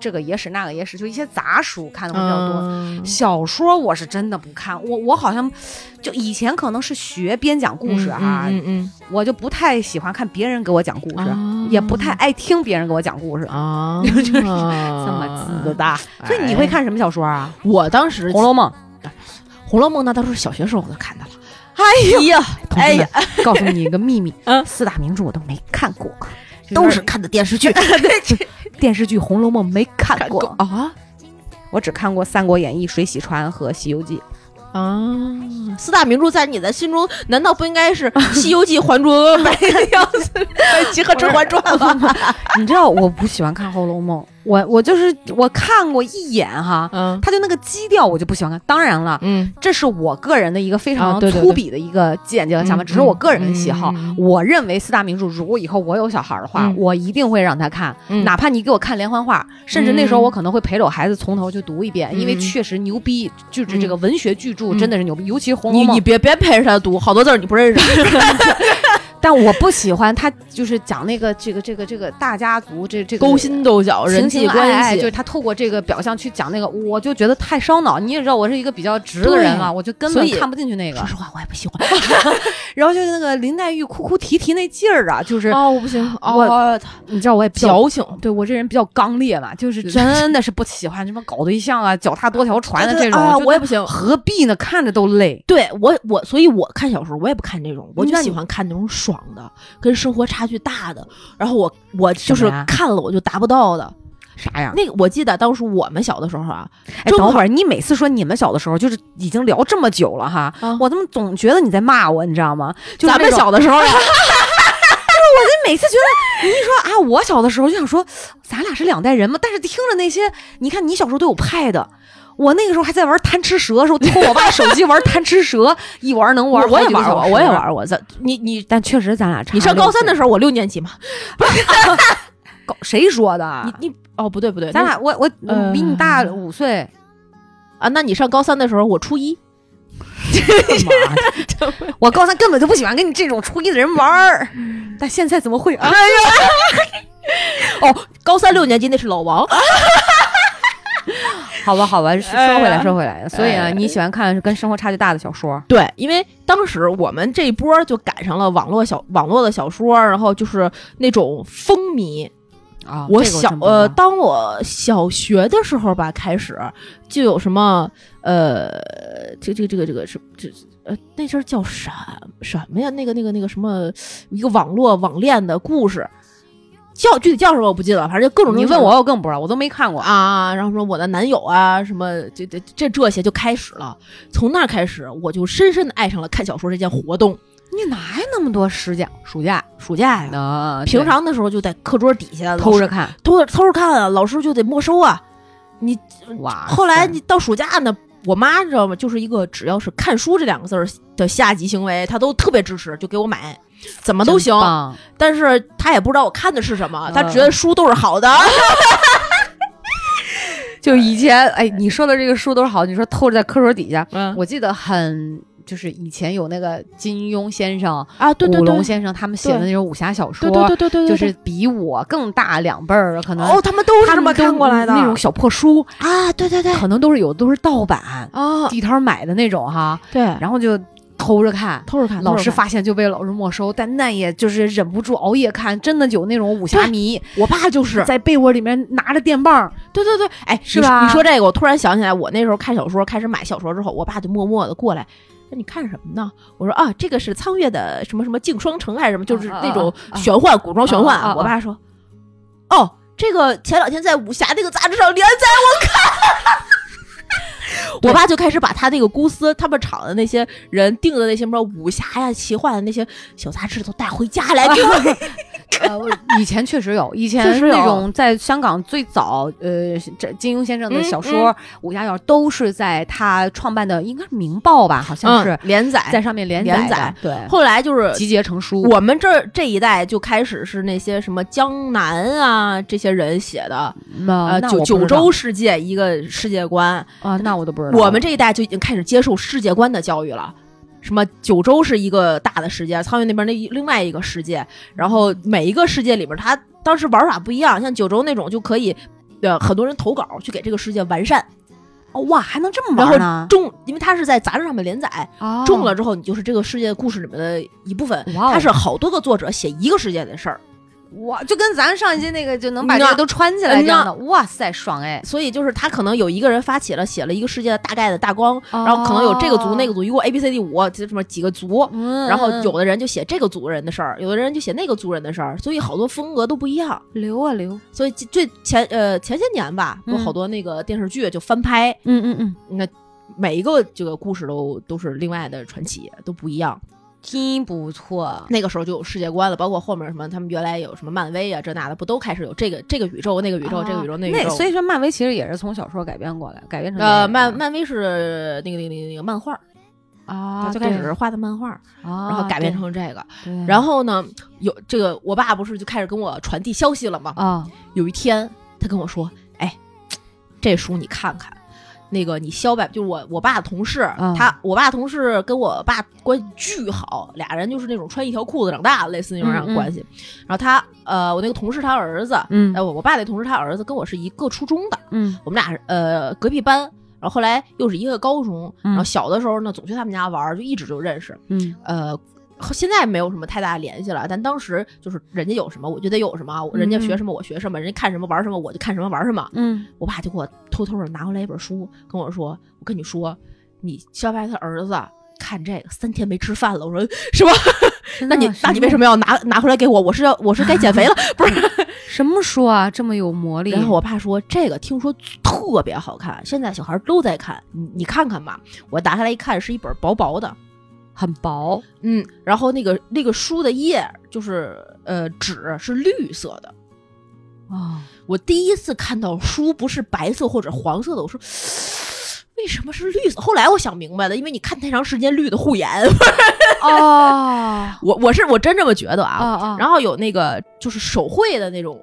B: 这个野史、那个野史，就一些杂书看的会比较多。
A: 嗯
B: 小说我是真的不看，我我好像就以前可能是学编讲故事哈，
A: 嗯嗯
B: 我就不太喜欢看别人给我讲故事，
A: 啊
B: 也不太爱听别人给我讲故事，
A: 啊，
B: <laughs> 就是这
A: 这
B: 么自的。大。所
A: 哎所
B: 以
A: 以
B: 你
A: 你
B: 会
A: 会看
B: 看什么小说啊？
A: 《我当时
B: 《红楼梦》。
A: 红楼梦》，那都是小学时候我就看的了。
B: 哎呀，
A: 同志们，
B: <laughs> 告诉你一个 <laughs> 秘密，
A: 嗯
B: 四大名著我都没看过，
A: 都是看的电
B: <laughs>
A: 视剧
B: 电视剧《红楼梦》没看过，
A: 啊
B: 我只看过《三国演义》《水洗川》和《西游记》。
A: 啊！四大名著在你的心中，难道不应该是
B: <laughs>
A: 《西游记》《还珠格格》《白娘子》《哎集合甄嬛传》吗？
B: <laughs> 你知道我不喜欢看《红楼梦》，我我就是我看过一眼哈，
A: 嗯
B: 它就那个基调我就不喜欢看。当然了，
A: 嗯
B: 这是我个人的一个非常
A: 啊对对
B: 粗鄙的一个见解和想法，
A: 嗯
B: 只是我个人的喜好。
A: 嗯嗯
B: 我认为四大名著，如果以后我有小孩的话，
A: 嗯
B: 我一定会让他看，
A: 嗯
B: 哪怕你给我看连环画，甚至那时候
A: 嗯
B: 我可能会陪着我孩子从头就读一遍，
A: 嗯
B: 因为确实牛逼，就是这个文学巨著
A: 嗯
B: 真的是牛逼，尤其是《红楼
A: 你
B: 梦
A: 你》别别陪着他读，好多字儿你不认识。
B: 但我不喜欢他，就是讲那个这个这个这个大家族这这个
A: 勾心斗角、人
B: 情
A: 际
B: 情
A: 关系，哎
B: 爱爱，就是他透过这个表象去讲那个，我就觉得太烧脑。你也知道我是一个比较直的人嘛，
A: 对
B: 我就根
A: 所
B: 本
A: 以
B: 看不进去那个
A: 说。实话，我也不喜欢。
B: 然后就是那个林黛玉哭哭啼啼那劲儿啊，就是、
A: 哦，我不行，
B: 我
A: 哦，
B: 你知道我也比较
A: 矫情。
B: 对我这人比较刚烈嘛，就是
A: 对
B: 真的是不喜欢什么搞对象啊、脚踏多条船的这种，
A: 啊，
B: 就
A: 我也不行。
B: 何必呢？看着都累。
A: 对我我，所以我看小说我也不看这种，我就
B: 那你
A: 喜欢看那种爽的，跟生活差距大的。然后我我就
B: 什
A: 是
B: 么呀
A: 看了我就达不到的。
B: 啥呀？
A: 那个我记得当时我们小的时候啊，
B: 哎，
A: 正
B: 等
A: 好
B: 会儿，你每次说你们小的时候，就是已经聊这么久了哈，
A: 啊
B: 我怎么总觉得你在骂我，你知道吗？就是
A: 咱
B: 那
A: 们
B: 种
A: 小的时 <laughs> 候啊，
B: 每次觉得你一说啊，我小的时候就想说，咱俩是两代人嘛。但是听着那些，你看你小时候都有派的，我那个时候还在玩贪吃蛇，时候偷我爸手机玩贪吃蛇，一玩能玩，
A: 我也玩过，我也。玩过。咱你你
B: 但确实咱俩差。
A: 你上高三的
B: 时
A: 时候，我六年级嘛，
B: 候，高谁说的？
A: 你你哦不对不对，
B: 啊咱
A: 那
B: 俩我我
A: 呃
B: 比你大五岁，
A: 啊，那你上高三的时候，我初一，
B: <laughs> 我高三根本就不喜欢跟你这种初一的人玩儿， <laughs> 但现在怎么会？哎呀，
A: 哦，高三六年级那是老王，
B: 啊好吧好吧，说
A: 哎呀
B: 回来说回来，所以啊，
A: 哎
B: 你喜欢看跟生活差距大的小说？
A: 对，因为当时我们这一波就赶上了网络小网络的小说，然后就是那种风靡。
B: 啊
A: 我小呃，当我小学的时候吧，开始就有什么呃，这这这个这个是这呃那阵儿叫什什么呀？那个那个那个什么一个网络网恋的故事，叫具体叫什么我不记得了，反正就各种
B: 你
A: 这种
B: 问我，我更不知道，我都没看过。
A: 啊，然后说我的男友啊，什么这这这这些就开始了。从那儿开始，我就深深的爱上了看小说这件活动。
B: 你哪有那么多时间？暑假
A: 暑假呀，
B: 呢？啊对
A: 平常的时候就在课桌底下
B: 偷
A: 老
B: 着
A: 师
B: 看，
A: 偷着偷着看啊，老师就得没收啊。你
B: 哇塞！
A: 后来你到暑假呢，我妈你知道吗？就是一个只要是看书这两个字儿的下级行为，她都特别支持，就给我买，怎么都行
B: 真。棒
A: 但是她也不知道我看的是什么，她
B: 嗯
A: 觉得书都是好的。
B: 就以前，哎，你说的这个书都是好，你说偷着在课桌底下，
A: 嗯
B: 我记得很。就是以前有那个金庸先生、
A: 啊，对对
B: 古
A: 对，
B: 龙先生他们写的那种武侠小说，啊
A: 对对对对对，对
B: 就是比我更大两辈儿，可能
A: 哦，他们都是
B: 他
A: 这么
B: 们都
A: 看过来的
B: 那种小破书，
A: 啊，对对对，
B: 可能都是有都是盗版，
A: 啊，
B: 地摊儿买的那种哈，
A: 对，
B: 哦然后就偷着看，
A: 哎偷着看，
B: 老师
A: 发，
B: 发现就被老师没收，但那也就是忍不住熬夜看，真的有那种武侠迷
A: 我爸就是，
B: 在被窝里面拿着电
A: <laughs>
B: 棒，
A: 对对对，哎，
B: 是
A: 你说
B: 吧
A: 你说这个，我突然想起来，我那时候看小说，开始买小说之后，我爸就默默的过来。那你看什么呢？我说啊，这个是苍月的什么什么镜双城还是什么，就是
B: 啊啊
A: 那种
B: 啊啊
A: 玄幻古装玄幻。
B: 啊啊啊
A: 我爸说，哦，这个前两天在武侠那个杂志上连载，我
B: <laughs>
A: 看。
B: 对
A: 我爸就开始把他那个公司他们厂的那些人订的那些什么武侠呀、奇幻的那些小杂志都带回家来
B: 啊 <laughs>
A: 给我
B: 呃，我以前确实有，以前
A: 确实有
B: 那种在香港最早，呃，这金庸先生的小
A: 嗯
B: 说、武侠小说都是在他创办的，应该是《明报》吧，好像是、
A: 连载
B: 在上面连
A: 嗯
B: 载
A: 哎连
B: 连
A: 载，
B: 对，
A: 后来就是
B: 集结成书。
A: 我们这儿这一代就开始是那些什么江南啊这些人写的，
B: 那
A: 呃，
B: 哦那
A: 九
B: 我不
A: 九
B: 知道
A: 州世界一个世界观，
B: 啊，那我都不知道。
A: 我们这一代就已经开始接受世界观的教育了。什么九州是一个大的世界，苍月那边那一另外一个世界，然后每一个世界里边，它当时玩法不一样，像九州那种就可以，呃，很多人投稿去给这个世界完善，
B: 哦哇，还能这么
A: 然
B: 玩
A: 后
B: 呢？
A: 中，因为它是在杂志上面连载，
B: 哦
A: 中了之后你就是这个世界故事里面的一部分，
B: 哇哦
A: 它是好多个作者写一个世界的事儿。
B: 哇，就跟咱上一期那个就能把这
A: 那
B: 个都穿起来这样的，
A: 那
B: 哇塞，爽哎！
A: 所以就是他可能有一个人发起了写了一个世界的大概的大纲，
B: 哦
A: 然后可能有这个族那个
B: 族，
A: 族，一共 A B C D 五这什么几个族，
B: 嗯
A: 然后有的人就写这个族人的事儿，有的人就写那个族人的事儿，所以好多风格都不一样。
B: 留啊留，
A: 所以最最前呃前些年吧，
B: 嗯
A: 有好多那个电视剧就翻拍，
B: 嗯嗯嗯，
A: 那每一个这个故事都都是另外的传奇，都不一样。
B: 真不错。
A: 那个时候就有世界观了，包括后面什么他们原来有什么漫威啊这那的，不都开始有这个这个宇宙那个宇宙、
B: 啊
A: 这个宇宙那
B: 那
A: 个宇宙。
B: 所以说漫威其实也是从小说改编过来，改编成
A: 呃，
B: 电影
A: 漫漫威是那个那个那个那个漫画，
B: 啊，
A: 他最开始
B: 对
A: 是画的漫画，
B: 啊，
A: 然后改编
B: 对，嗯
A: 成这个。
B: 对
A: 然后呢，有这个我爸不是就开始跟我传递消息了吗？
B: 啊，
A: 有一天他跟我说：“哎，这书你看看，那个你肖伯，就是我我爸的同事，
B: 嗯
A: 他我爸同事跟我爸关系巨好，俩人就是那种穿一条裤子长大的，类似那种
B: 嗯
A: 样
B: 嗯
A: 的关系。然后他呃，我那个同事他儿子，
B: 嗯
A: 哎，我我爸那同事他儿子跟我是一个初中的，
B: 嗯
A: 我们俩是呃隔壁班，然后后来又是一个高中，
B: 嗯
A: 然后小的时候呢总去他们家玩儿，就一直就认识。
B: 嗯
A: 呃，后现在没有什么太大联系了，但当时就是人家有什么我就得有什么，人家学什么我学什么，人家看什么玩什么我就看什么玩什么。
B: 嗯
A: 我爸就给我偷偷的拿回来一本书，跟我说：“我跟你说，你肖白他儿子。”看这个三天没吃饭了，我说什么？ <laughs> 那你那你为什
B: 啊么
A: 么要拿拿回来给我？我是要我是该减肥了，不是？
B: 什么书啊这么有魔力？
A: 然后我爸说这个听说特别好看，现在小孩都在看，你你看看吧。我打开来一看，是一本薄薄的，
B: 很薄，
A: 嗯，然后那个那个书的页就是呃纸是绿色的。
B: 哦，
A: 我第一次看到书不是白色或者黄色的，我说。为什么是绿色？后来我想明白了，因为你看太长时间绿的护眼，
B: <laughs>
A: <laughs>
B: 哦
A: 我我是我真这么觉得
B: 哦
A: 啊。
B: 哦，
A: 然后有那个就是手绘的那种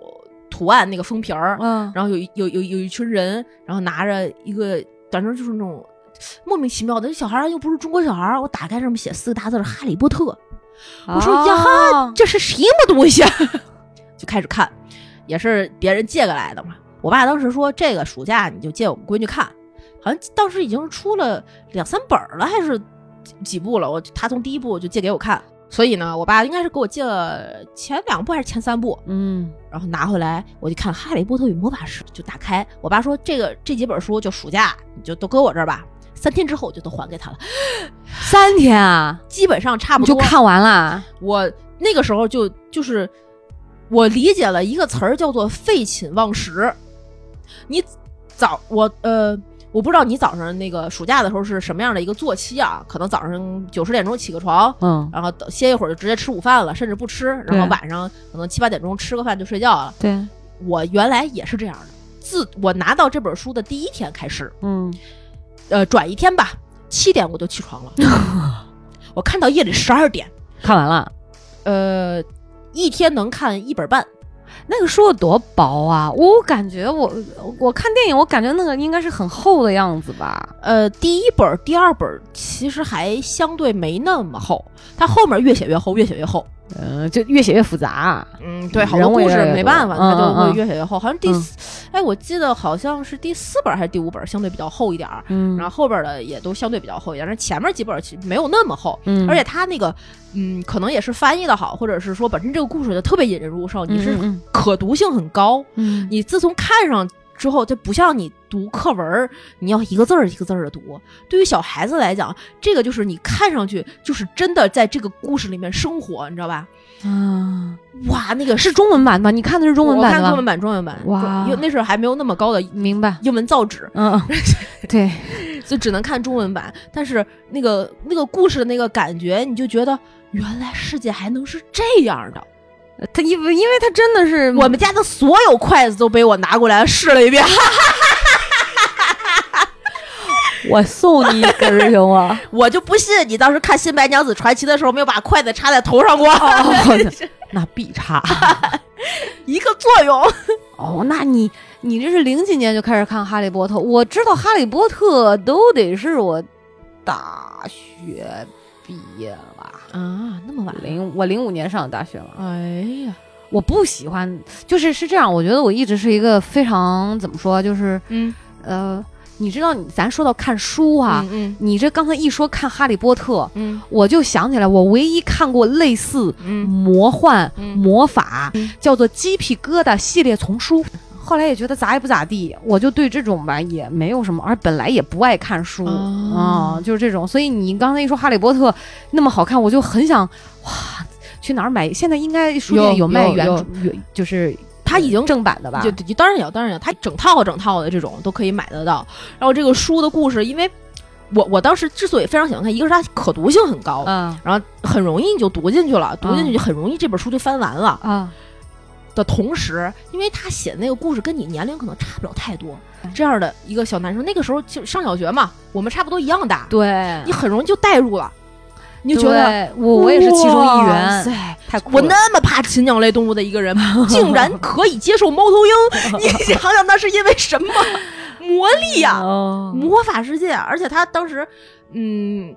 A: 图案，那个封皮儿，
B: 嗯
A: 然后有一有有有一群人，然后拿着一个，反正就是那种莫名其妙的，这小孩儿又不是中国小孩儿。我打开上面写四个大字儿“哈利波特”，我说呀
B: 哈，
A: 这是什么东西、啊？ <laughs> 就开始看，也是别人借过来的嘛。我爸当时说，这个暑假你就借我们闺女看，好像当时已经出了两三本儿了，还是几几部了。我他从第一部就借给我看，所以呢，我爸应该是给我借了前两部还是前三部，
B: 嗯
A: 然后拿回来，我就看《哈利波特与魔法石》，就打开。我爸说：“这个这几本书就暑假你就都搁我这儿吧，三天之后我就都还给他了。
B: 三天啊”，
A: 基本上差不
B: 你
A: 多。
B: 就看完了，
A: 我那个时候就就是我理解了一个词儿叫做废寝忘食。你早我呃，我不知道你早上那个暑假的时候是什么样的一个作息啊？可能早上九十点钟起个床，
B: 嗯，
A: 然后等歇一会儿就直接吃午饭了，甚至不吃，然后
B: 对
A: 晚上可能七八点钟吃个饭就睡觉了。
B: 对，
A: 我原来也是这样的。自我拿到这本书的第一天开始，
B: 嗯，
A: 呃，转一天吧，七点我就起床了，我看到夜里十二点，
B: 看完了。
A: 呃，一天能看一本半，
B: 那个书有多薄啊！我感觉我我看电影，我感觉那个应该是很厚的样子吧。
A: 呃，第一本、第二本其实还相对没那么厚，它后面越写越厚，越写越厚。
B: 嗯，就越写越复杂。
A: 嗯，对，好
B: 人
A: 多
B: 为
A: 故事
B: 越来越
A: 没
B: 多
A: 办法，它就
B: 嗯
A: 会
B: 嗯嗯
A: 越写越厚。好像第
B: 嗯
A: 四，哎，我记得好像是第四本还是第五本相对比较厚一点儿，
B: 嗯
A: 然后后边的也都相对比较厚一点儿，但是前面几本其实没有那么厚。
B: 嗯
A: 而且他那个，嗯，可能也是翻译的好，或者是说本身这个故事就特别引人入胜，你是
B: 嗯
A: 可读性很高。
B: 嗯
A: 你自从看上之后，就不像你读课文儿，你要一个字儿一个字儿的读。对于小孩子来讲，这个就是你看上去就是真的在这个故事里面生活，你知道吧？
B: 啊，
A: 哇，那个
B: 是中文版吧？你看的是中文
A: 我
B: 版
A: 看
B: 的
A: 中
B: 吧
A: 文？版、中文版，
B: 哇
A: 因为那时候还没有那么高的
B: 明白。
A: 英文造纸， <laughs>
B: 嗯，嗯对， <laughs>
A: 就只能看中文版。但是那个那个故事的那个感觉，你就觉得原来世界还能是这样
B: 嗯
A: 的。
B: 他因为因为他真的是
A: 我们家的所有筷子都被我拿过来试了一遍，
B: 我送你一
A: <laughs>
B: 根儿行吗？
A: 我就不信你当时看《新白娘子传奇》的时候没有把筷子插在头上过，
B: 哦，
A: <laughs>
B: 那必差。
A: 一个作用。
B: 哦，那你你这是零几年就开始看《哈利波特》？我知道《哈利波特》都得是我大学毕业了吧？
A: 啊，那么晚
B: 零我零五年上的大学嘛，
A: 哎呀，
B: 我不喜欢，就是是这样，我觉得我一直是一个非常怎么说，就是
A: 嗯
B: 呃，你知道你，咱说到看书啊，
A: 嗯
B: 你这刚才一说看《哈利波特》，
A: 嗯
B: 我就想起来，我唯一看过类似
A: 嗯
B: 魔幻、
A: 嗯
B: 魔法，
A: 嗯
B: 叫做《鸡皮疙瘩》系列丛书。后来也觉得咋也不咋地，我就对这种吧也没有什么，而本来也不爱看书啊、
A: 哦
B: 就是这种。所以你刚才一说《哈利波特》那么好看，我就很想哇，去哪儿买？现在应该书
A: 有
B: 店卖
A: 有
B: 原
A: 有
B: 著原就是
A: 他已经
B: 正版的吧
A: 就？就当然有，当然有，它整套整套的这种都可以买得到。然后这个书的故事，因为我我当时之所以非常喜欢看，一个是它可读性很高，
B: 啊
A: 然后很容易你就读进去了，读进去
B: 嗯
A: 就很容易这本书就翻完了。
B: 啊，
A: 的同时，因为他写的那个故事跟你年龄可能差不了太多，这样的一个小男生，那个时候就上小学嘛，我们差不多一样大，
B: 对
A: 你，很容易就代入了，你
B: 你
A: 就觉得
B: 我我也是其中一
A: 哇
B: 员，
A: 塞
B: 太酷
A: 我
B: 了
A: 那么怕禽鸟类动
B: <laughs>
A: 物的一个人，竟然可以接受猫头鹰，你想想那是因为什么？魔力呀、
B: 哦
A: 魔法世界。啊而且他当时，嗯，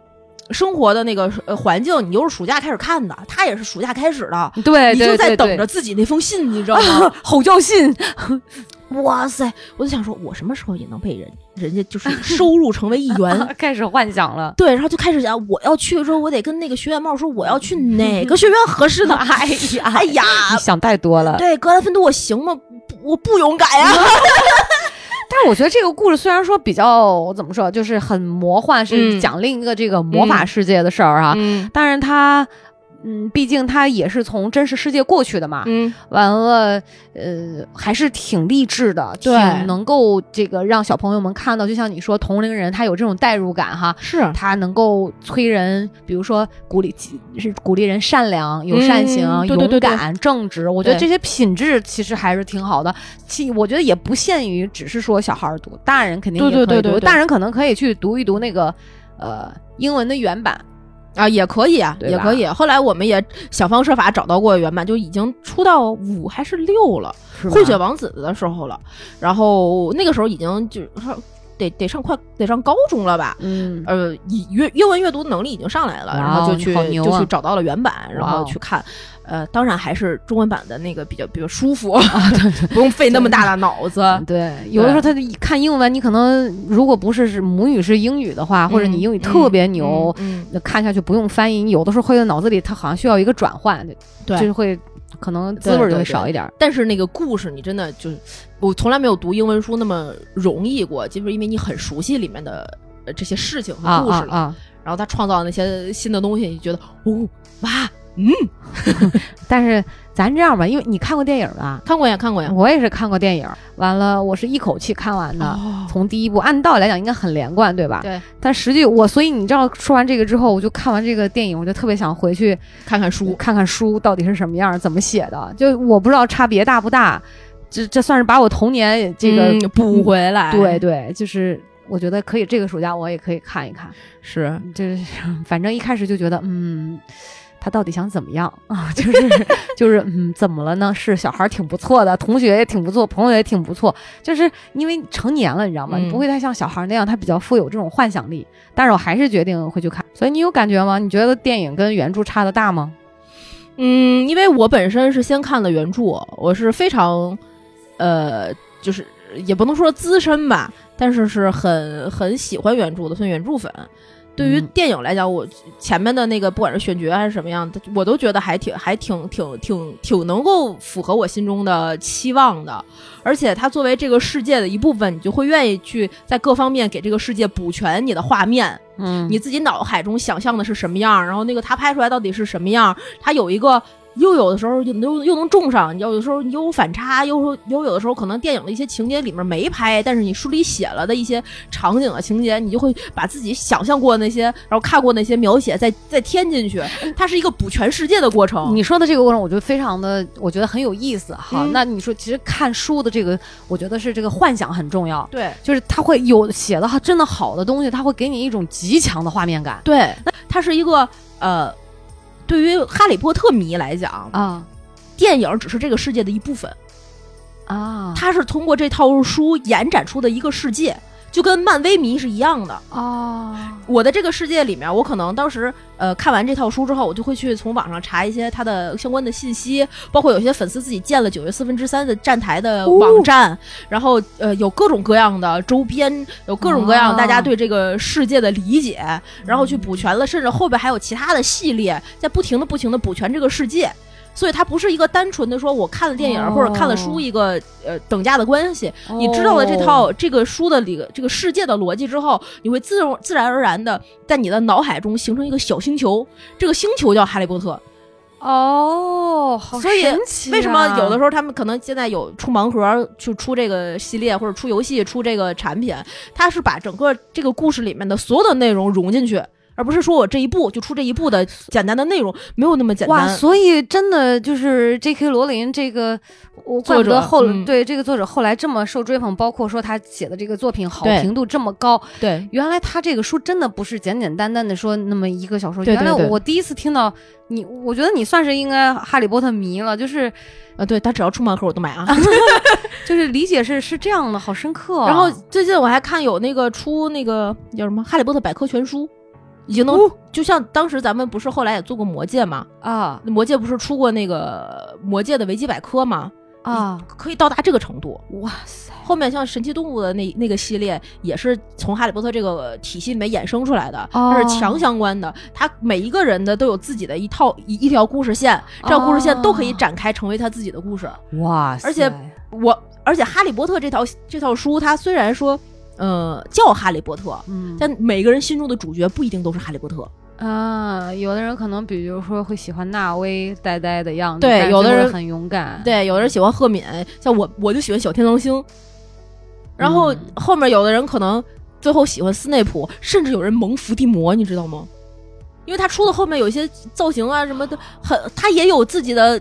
A: 生活的那个呃环境，你又是暑假开始看的，他也是暑假开始的，
B: 对，
A: 你就
B: 对
A: 在
B: 对
A: 等
B: 对
A: 着自己那封信，你知
B: <laughs>
A: 道吗？
B: 吼叫 <laughs> 信，
A: 哇塞，我就想说，我什么时候也能被人人家就是收入成为一 <laughs> 员？
B: 开始幻想了。
A: 对，然后就开始想，我要去的时候，我得跟那个学院帽说，我要去哪个学院合适呢？ <laughs> 哎呀，哎呀，
B: 你想太多了，
A: 对，格兰芬多我行吗？不我不勇敢呀、
B: 但是我觉得这个故事虽然说比较怎么说，就是很魔幻，是
A: 嗯
B: 讲另一个这个魔法世界的事儿哈，
A: 嗯
B: 但是它，嗯，毕竟它也是从真实世界过去的嘛，
A: 嗯，
B: 完了，呃，还是挺励志的，挺
A: 对
B: 能够这个让小朋友们看到，就像你说同龄人他有这种代入感哈，
A: 是
B: 他能够催人，比如说鼓励是鼓励人善良、有善行、
A: 嗯对对对对
B: 勇敢、正直。我觉得
A: 对
B: 这些品质其实还是挺好的。其我觉得也不限于只是说小孩儿读，大人肯定也可
A: 对
B: 以读，
A: 对对对对
B: 大人可能可以去读一读那个呃英文的原版。
A: 啊，也可以啊，
B: 对
A: 也
B: 吧
A: 可以。后来我们也想方设法找到过原版，就已经出到五还是六了，
B: 是
A: 《
B: 吧
A: 混血王子》的时候了。然后那个时候已经就是得得上快得上高中了吧？
B: 嗯，
A: 呃，以阅英文阅读能力已经上来了，
B: 哇哦
A: 然后就去、
B: 好牛啊
A: 就去找到了原版，然
B: 哇
A: 后
B: 哦
A: 去看。呃，当然还是中文版的那个比较比较舒
B: 啊
A: 服， <laughs> 不用费那么大的脑子。
B: 嗯对，有的时候他一看英文，你可能如果不是是母语是英语的话，或者你英语特别牛，
A: 嗯，嗯嗯
B: 那看下去不用翻译，你有的时候会在脑子里，它好像需要一个转换，
A: 对
B: 就是会可能滋味儿就会少一点儿。
A: 但是那个故事，你真的就，我从来没有读英文书那么容易过，就是因为你很熟悉里面的呃这些事情
B: 啊
A: 和故事了，
B: 啊啊！
A: 然后他创造那些新的东西，你觉得哦哇，嗯，
B: 但是咱这样吧，因为你看过电影吧？
A: 看过呀，看过呀，
B: 我也是看过电影，完了我是一口气看完的。
A: 哦，
B: 从第一部，按道理来讲应该很连贯，对吧？
A: 对，
B: 但实际我，所以你知道，说完这个之后，我就看完这个电影，我就特别想回去
A: 看看书，
B: 看看书到底是什么样儿，怎么写的。就我不知道差别大不大，这这算是把我童年这个、
A: 嗯补回来，
B: 对，对，就是我觉得可以，这个暑假我也可以看一看。
A: 是
B: 就是反正一开始就觉得，嗯，他到底想怎么样 <laughs> 啊？就是就是，嗯，怎么了呢？是小孩儿挺不错的，同学也挺不错，朋友也挺不错。就是因为成年了，你知道吗？
A: 嗯
B: 你不会再像小孩儿那样，他比较富有这种幻想力。但是我还是决定会去看。所以你有感觉吗？你觉得电影跟原著差的大吗？
A: 嗯，因为我本身是先看了原著，我是非常，呃，就是也不能说资深吧，但是是很很喜欢原著的，算原著粉。对于
B: 嗯
A: 电影来讲，我前面的那个不管是选角还是什么样的，我都觉得还挺还挺挺挺挺能够符合我心中的期望的。而且它作为这个世界的一部分，你就会愿意去在各方面给这个世界补全你的画面。
B: 嗯
A: 你
B: 你
A: 自己脑海中想象的是什么样儿，然后那个他拍出来到底是什么样儿，他有一个。又有的时候又又又能种上，有的时候又有反差，又有又有的时候可能电影的一些情节里面没拍，但是你书里写了的一些场景啊情节，你就会把自己想象过的那些，然后看过那些描写再再添进去， <laughs> 它是一个补全世界的过程。
B: 你说的这个过程，我觉得非常的，我觉得很有意思。好，
A: 嗯
B: 那你说，其实看书的这个，我觉得是这个幻想很重要。
A: 对
B: 就是他会有写的真的好的东西，他会给你一种极强的画面感
A: 对，那它是一个呃，对于哈利波特迷来讲，
B: 啊
A: 电影只是这个世界的一部分。
B: 啊
A: 它是通过这套书延展出的一个世界，就跟漫威迷是一样的。
B: 啊！
A: 我的这个世界里面，我可能当时呃看完这套书之后，我就会去从网上查一些它的相关的信息，包括有些粉丝自己建了九月四分之三的站台的网站，然后呃有各种各样的周边，有各种各样
B: 哦
A: 大家对这个世界的理解，然后去补全了，甚至后边还有其他的系列在不停的不停的补全这个世界。所以它不是一个单纯的说我看了电影、
B: 哦
A: 或者看了书一个呃等价的关系，你知道了这套
B: 哦
A: 这个书的理这个世界的逻辑之后，你会自动自然而然的在你的脑海中形成一个小星球，这个星球叫哈利波特。
B: 哦，好
A: 所以
B: 神奇啊、
A: 为什么有的时候他们可能现在有出盲盒去出这个系列，或者出游戏出这个产品，它是把整个这个故事里面的所有的内容融进去，而不是说我这一部就出这一部的简单的内容，没有那么简
B: 哇，
A: 单。
B: 所以真的就是 J.K. 罗琳这个，我怪
A: 作
B: 不
A: 者
B: 得后、
A: 嗯
B: 对这个作者后来这么受追捧，包括说他写的这个作品好
A: 对
B: 评度这么高，
A: 对，
B: 原来他这个书真的不是简简单单的说那么一个小说。
A: 对对
B: 原来
A: 对
B: 我第一次听到你，我觉得你算是应该哈利波特迷了，就是
A: 啊，对他只要出漫客我都买啊。
B: 就是理解是是这样的，好深刻、啊
A: 然后最近我还看有那个出那个叫什么《哈利波特百科全书》，已经
B: 哦
A: 能、就像当时咱们不是后来也做过《魔戒》嘛，
B: 啊
A: 《魔戒》不是出过那个《魔戒》的维基百科嘛，
B: 啊，
A: 可以到达这个程度。
B: 哇塞，
A: 后面像神奇动物的那那个系列也是从哈利波特这个体系里面衍生出来的，
B: 哦
A: 它是强相关的。它每一个人的都有自己的一套一一条故事线，这条故事线都可以
B: 哦
A: 展开成为他自己的故事。
C: 哇塞，
A: 而且我而且哈利波特这套这套书，它虽然说呃叫哈利波特，
B: 嗯，
A: 但每个人心中的主角不一定都是哈利波特。
B: 啊，有的人可能比如说会喜欢纳威呆呆的样子，
A: 对
B: 但
A: 有的
B: 就会
A: 人
B: 很勇敢，
A: 对，有的人喜欢赫敏，像我我就喜欢小天狼星。然后
B: 嗯
A: 后面有的人可能最后喜欢斯内普，甚至有人萌伏地魔，你知道吗？因为他出的后面有一些造型啊什么的，很他也有自己的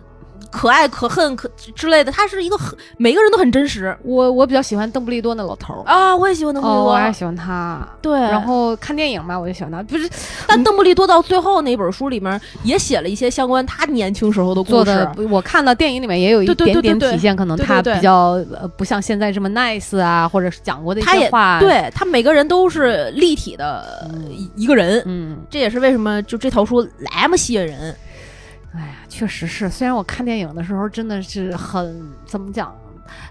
A: 可爱可恨可之类的，他是一个很每个人都很真实
B: 我我比较喜欢邓布利多那老头儿，
A: 啊。我也喜欢邓布利
B: 哦，
A: 多，
B: 我也喜欢他。
A: 对，
B: 然后看电影嘛，我就喜欢他，不是
A: 但邓布利多到最后那本书里面也写了一些相关他年轻时候的故事，
B: 做的，我看到电影里面也有一
A: 对对
B: 点
A: 对
B: 点
A: 对
B: 体现，可能
A: 对对
B: 他
A: 对
B: 比较呃不像现在这么 nice 啊，或者是讲过的一
A: 他
B: 些
A: 也
B: 话，，
A: 对他每个人都是立体的一一个人，
B: 嗯，
A: 这也是为什么就这套书那么吸引人。
B: 哎呀，确实是，虽然我看电影的时候真的是很怎么讲，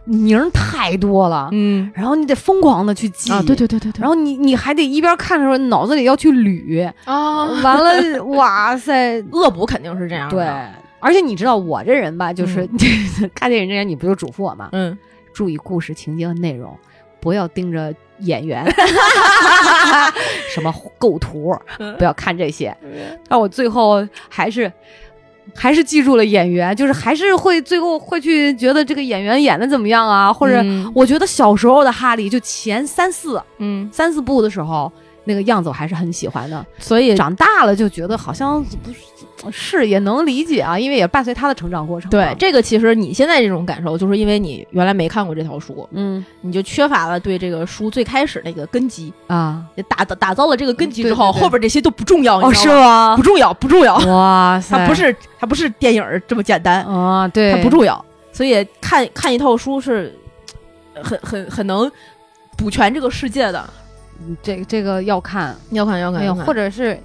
B: 名儿太多了，
A: 嗯
B: 然后你得疯狂的去记，
A: 啊，对对对对对，
B: 然后你你还得一边看的时候，脑子里要
A: <laughs>
B: 去捋，
A: 后啊，
B: 完了，哇塞，
A: <laughs> 恶补肯定是这样的。
B: 对，，而且你知道我这人吧，就是、 <laughs> 看电影之前，你不就嘱咐我吗？
A: 嗯，
B: 注意故事情节和内容，不要盯着
A: <laughs>
B: 演员，什么构图，
A: 嗯
B: 不要看这些。但我最后还是。还是记住了演员，就是还是会最后会去觉得这个演员演的怎么样啊，或者
A: 嗯
B: 我觉得小时候的哈利就前三四
A: 嗯，
B: 三四部的时候那个样子我还是很喜欢的，
A: 所以
B: 长大了就觉得好像不是是也能理解啊，因为也伴随他的成长过程嘛。
A: 对这个其实你现在这种感受，就是因为你原来没看过这套书，
B: 嗯
A: 你就缺乏了对这个书最开始那个根基，
B: 啊，
A: 打打打造了这个根基
B: 嗯对
A: 之后，
B: 对对
A: 后边这些都不重要，你知哦道吗？
B: 吗
A: 不？重要，不重要，
B: <laughs> 哇塞，
A: 它不是它不是电影儿这么简单，
B: 啊，对，
A: 它不重要，所以看看一套书是呃很很很能补全这个世界的。
B: 这个这个要看，
A: 要看要
B: 哎呀，或
A: 或者
B: 者是。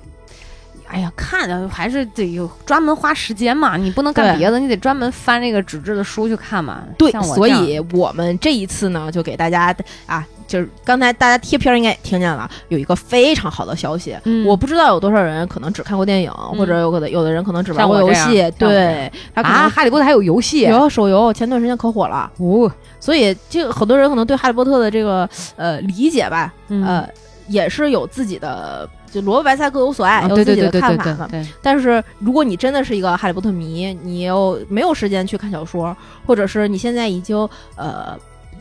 B: 哎呀，看啊，还是得有专门花时间嘛，你不能干
A: 对
B: 别的，你得专门翻这个纸质的书去看嘛。
A: 对
B: 像，我
A: 所
B: 这样
A: 以我们这一次呢，就给大家啊，就是刚才大家贴片儿应该也听见了，有一个非常好的消息。
B: 嗯
A: 我不知道有多少人可能只看过电影，或者有可能有的人可能只玩
B: 像我
A: 过游
B: 这样
A: 戏
B: 像，我这
A: 对他可能
B: 啊，哈利波特还有游戏
A: 有手游，前段时间可火了，
B: 哦，
A: 所以这个很多人可能对《哈利波特》的这个呃理解吧，
B: 嗯
A: 呃，也是有自己的，就萝卜白菜各有所爱，
B: 啊
A: 有
B: 对
A: 自
B: 对
A: 己
B: 对
A: 的
B: 对
A: 看
B: 对
A: 法
B: 对
A: 嘛。
B: 对，
A: 但是如果你真的是一个哈利波特迷，你又没有时间去看小说，或者是你现在已经呃，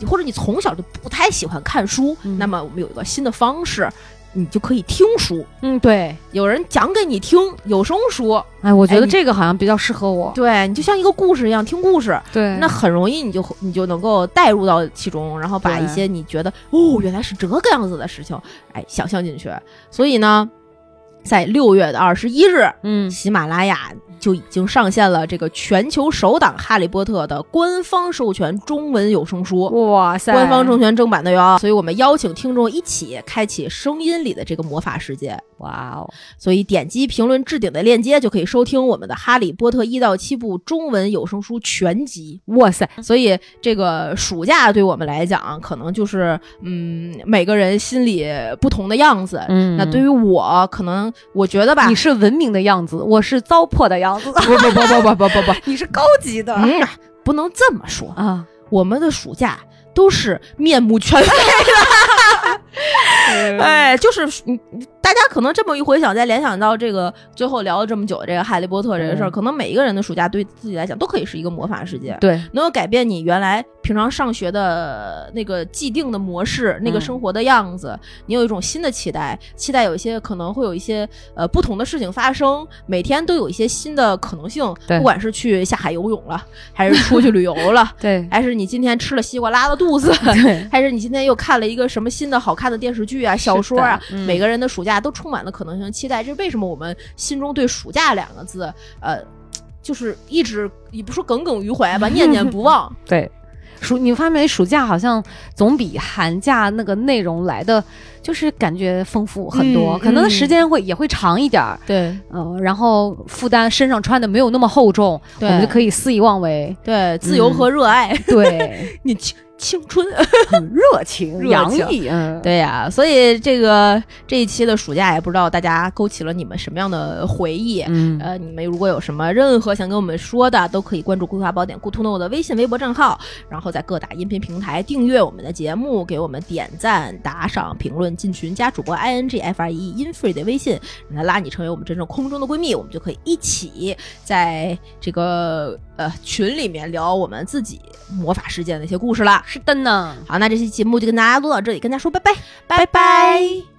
A: 或者你从小就不太喜欢看书，
B: 嗯
A: 那么我们有一个新的方式，你就可以听书，
B: 嗯对，
A: 有人讲给你听，有声书，
B: 哎，我觉
A: 哎
B: 得
A: 你
B: 这个好像比较适合我。
A: 对你就像一个故事一样听故事，
B: 对
A: 那很容易你就你就能够带入到其中，然后把
B: 对
A: 一些你觉得哦原来是这个样子的事情，哎想象进去。所以呢，在六月的二十一日，
B: 嗯，
A: 喜马拉雅就已经上线了这个全球首档《哈利波特》的官方授权中文有声书。
B: 哇塞，
A: 官方授权正版的哟，所以我们邀请听众一起开启声音里的这个魔法世界。
B: 哇哦，
A: 所以点击评论置顶的链接就可以收听我们的《哈利波特》一到七部中文有声书全集。
B: 哇塞，
A: 所以这个暑假对我们来讲，可能就是嗯，每个人心里不同的样子。
B: 嗯
A: 那对于我，可能我觉得吧
B: 你，是文明的样子，我是糟粕的样子，
A: 不不不不不不不不，
B: <laughs> 你是高级的
A: 嗯，不能这么说，
B: 啊，
A: 我们的暑假嗯
B: 嗯
A: <laughs>
B: 哎
A: 都是面目全非的。哎，就是你，你大家可能这么一回想，再联想到这个最后聊了这么久这个《哈利波特》这个事儿，
B: 嗯
A: 可能每一个人的暑假对自己来讲都可以是一个魔法世界，
B: 对，
A: 能够改变你原来平常上学的那个既定的模式，那个
B: 嗯
A: 生活的样子。你有一种新的期待，期待有一些可能会有一些呃不同的事情发生，每天都有一些新的可能性，
B: 对。
A: 不管是去下海游泳了，还是出去旅游了
B: <laughs> 对，
A: 还是你今天吃了西瓜拉了
B: <laughs>
A: 肚子，
B: 对，
A: 还是你今天又看了一个什么新的好看的电视剧啊、小说啊？
B: 是的嗯
A: 每个人的暑假都充满了可能性、期待。这是为什么我们心中对“暑假”两个字，呃，就是一直也不说耿耿于怀吧，念念不忘。
B: 对，暑你发现没？暑假好像总比寒假那个内容来的，就是感觉丰富很多，
A: 嗯
B: 可能
A: 嗯
B: 时间会、也会长一点儿，
A: <laughs> 对
B: 呃，然后负担身上穿的没有那么厚重，我
A: 对
B: 们就可以肆意妄 <laughs> 为，
A: 对，自由和热爱，
B: 对，
A: 你青青春。
B: 很热情
A: 热
B: 洋
A: 情
B: 溢，
A: <laughs>
B: 嗯，
A: 对呀、所以这个这一期的暑假也不知道大家勾起了你们什么样的回忆。
B: 嗯，
A: 呃，你们如果有什么任何想跟我们说的，都可以关注《规划宝典》顾兔诺的微信、微博账号，然后在各大音频平台订阅我们的节目，给我们点赞、打赏、评论、进群、加主播 i n g f r e in free 的微信，让他拉你成为我们真正空中的闺蜜，我们就可以一起在这个呃群里面聊我们自己魔法世界的一些故事啦。
B: 是的呢。
A: 好，那这期节目就跟大家录到这里，跟大家说拜拜，
B: 拜
A: 拜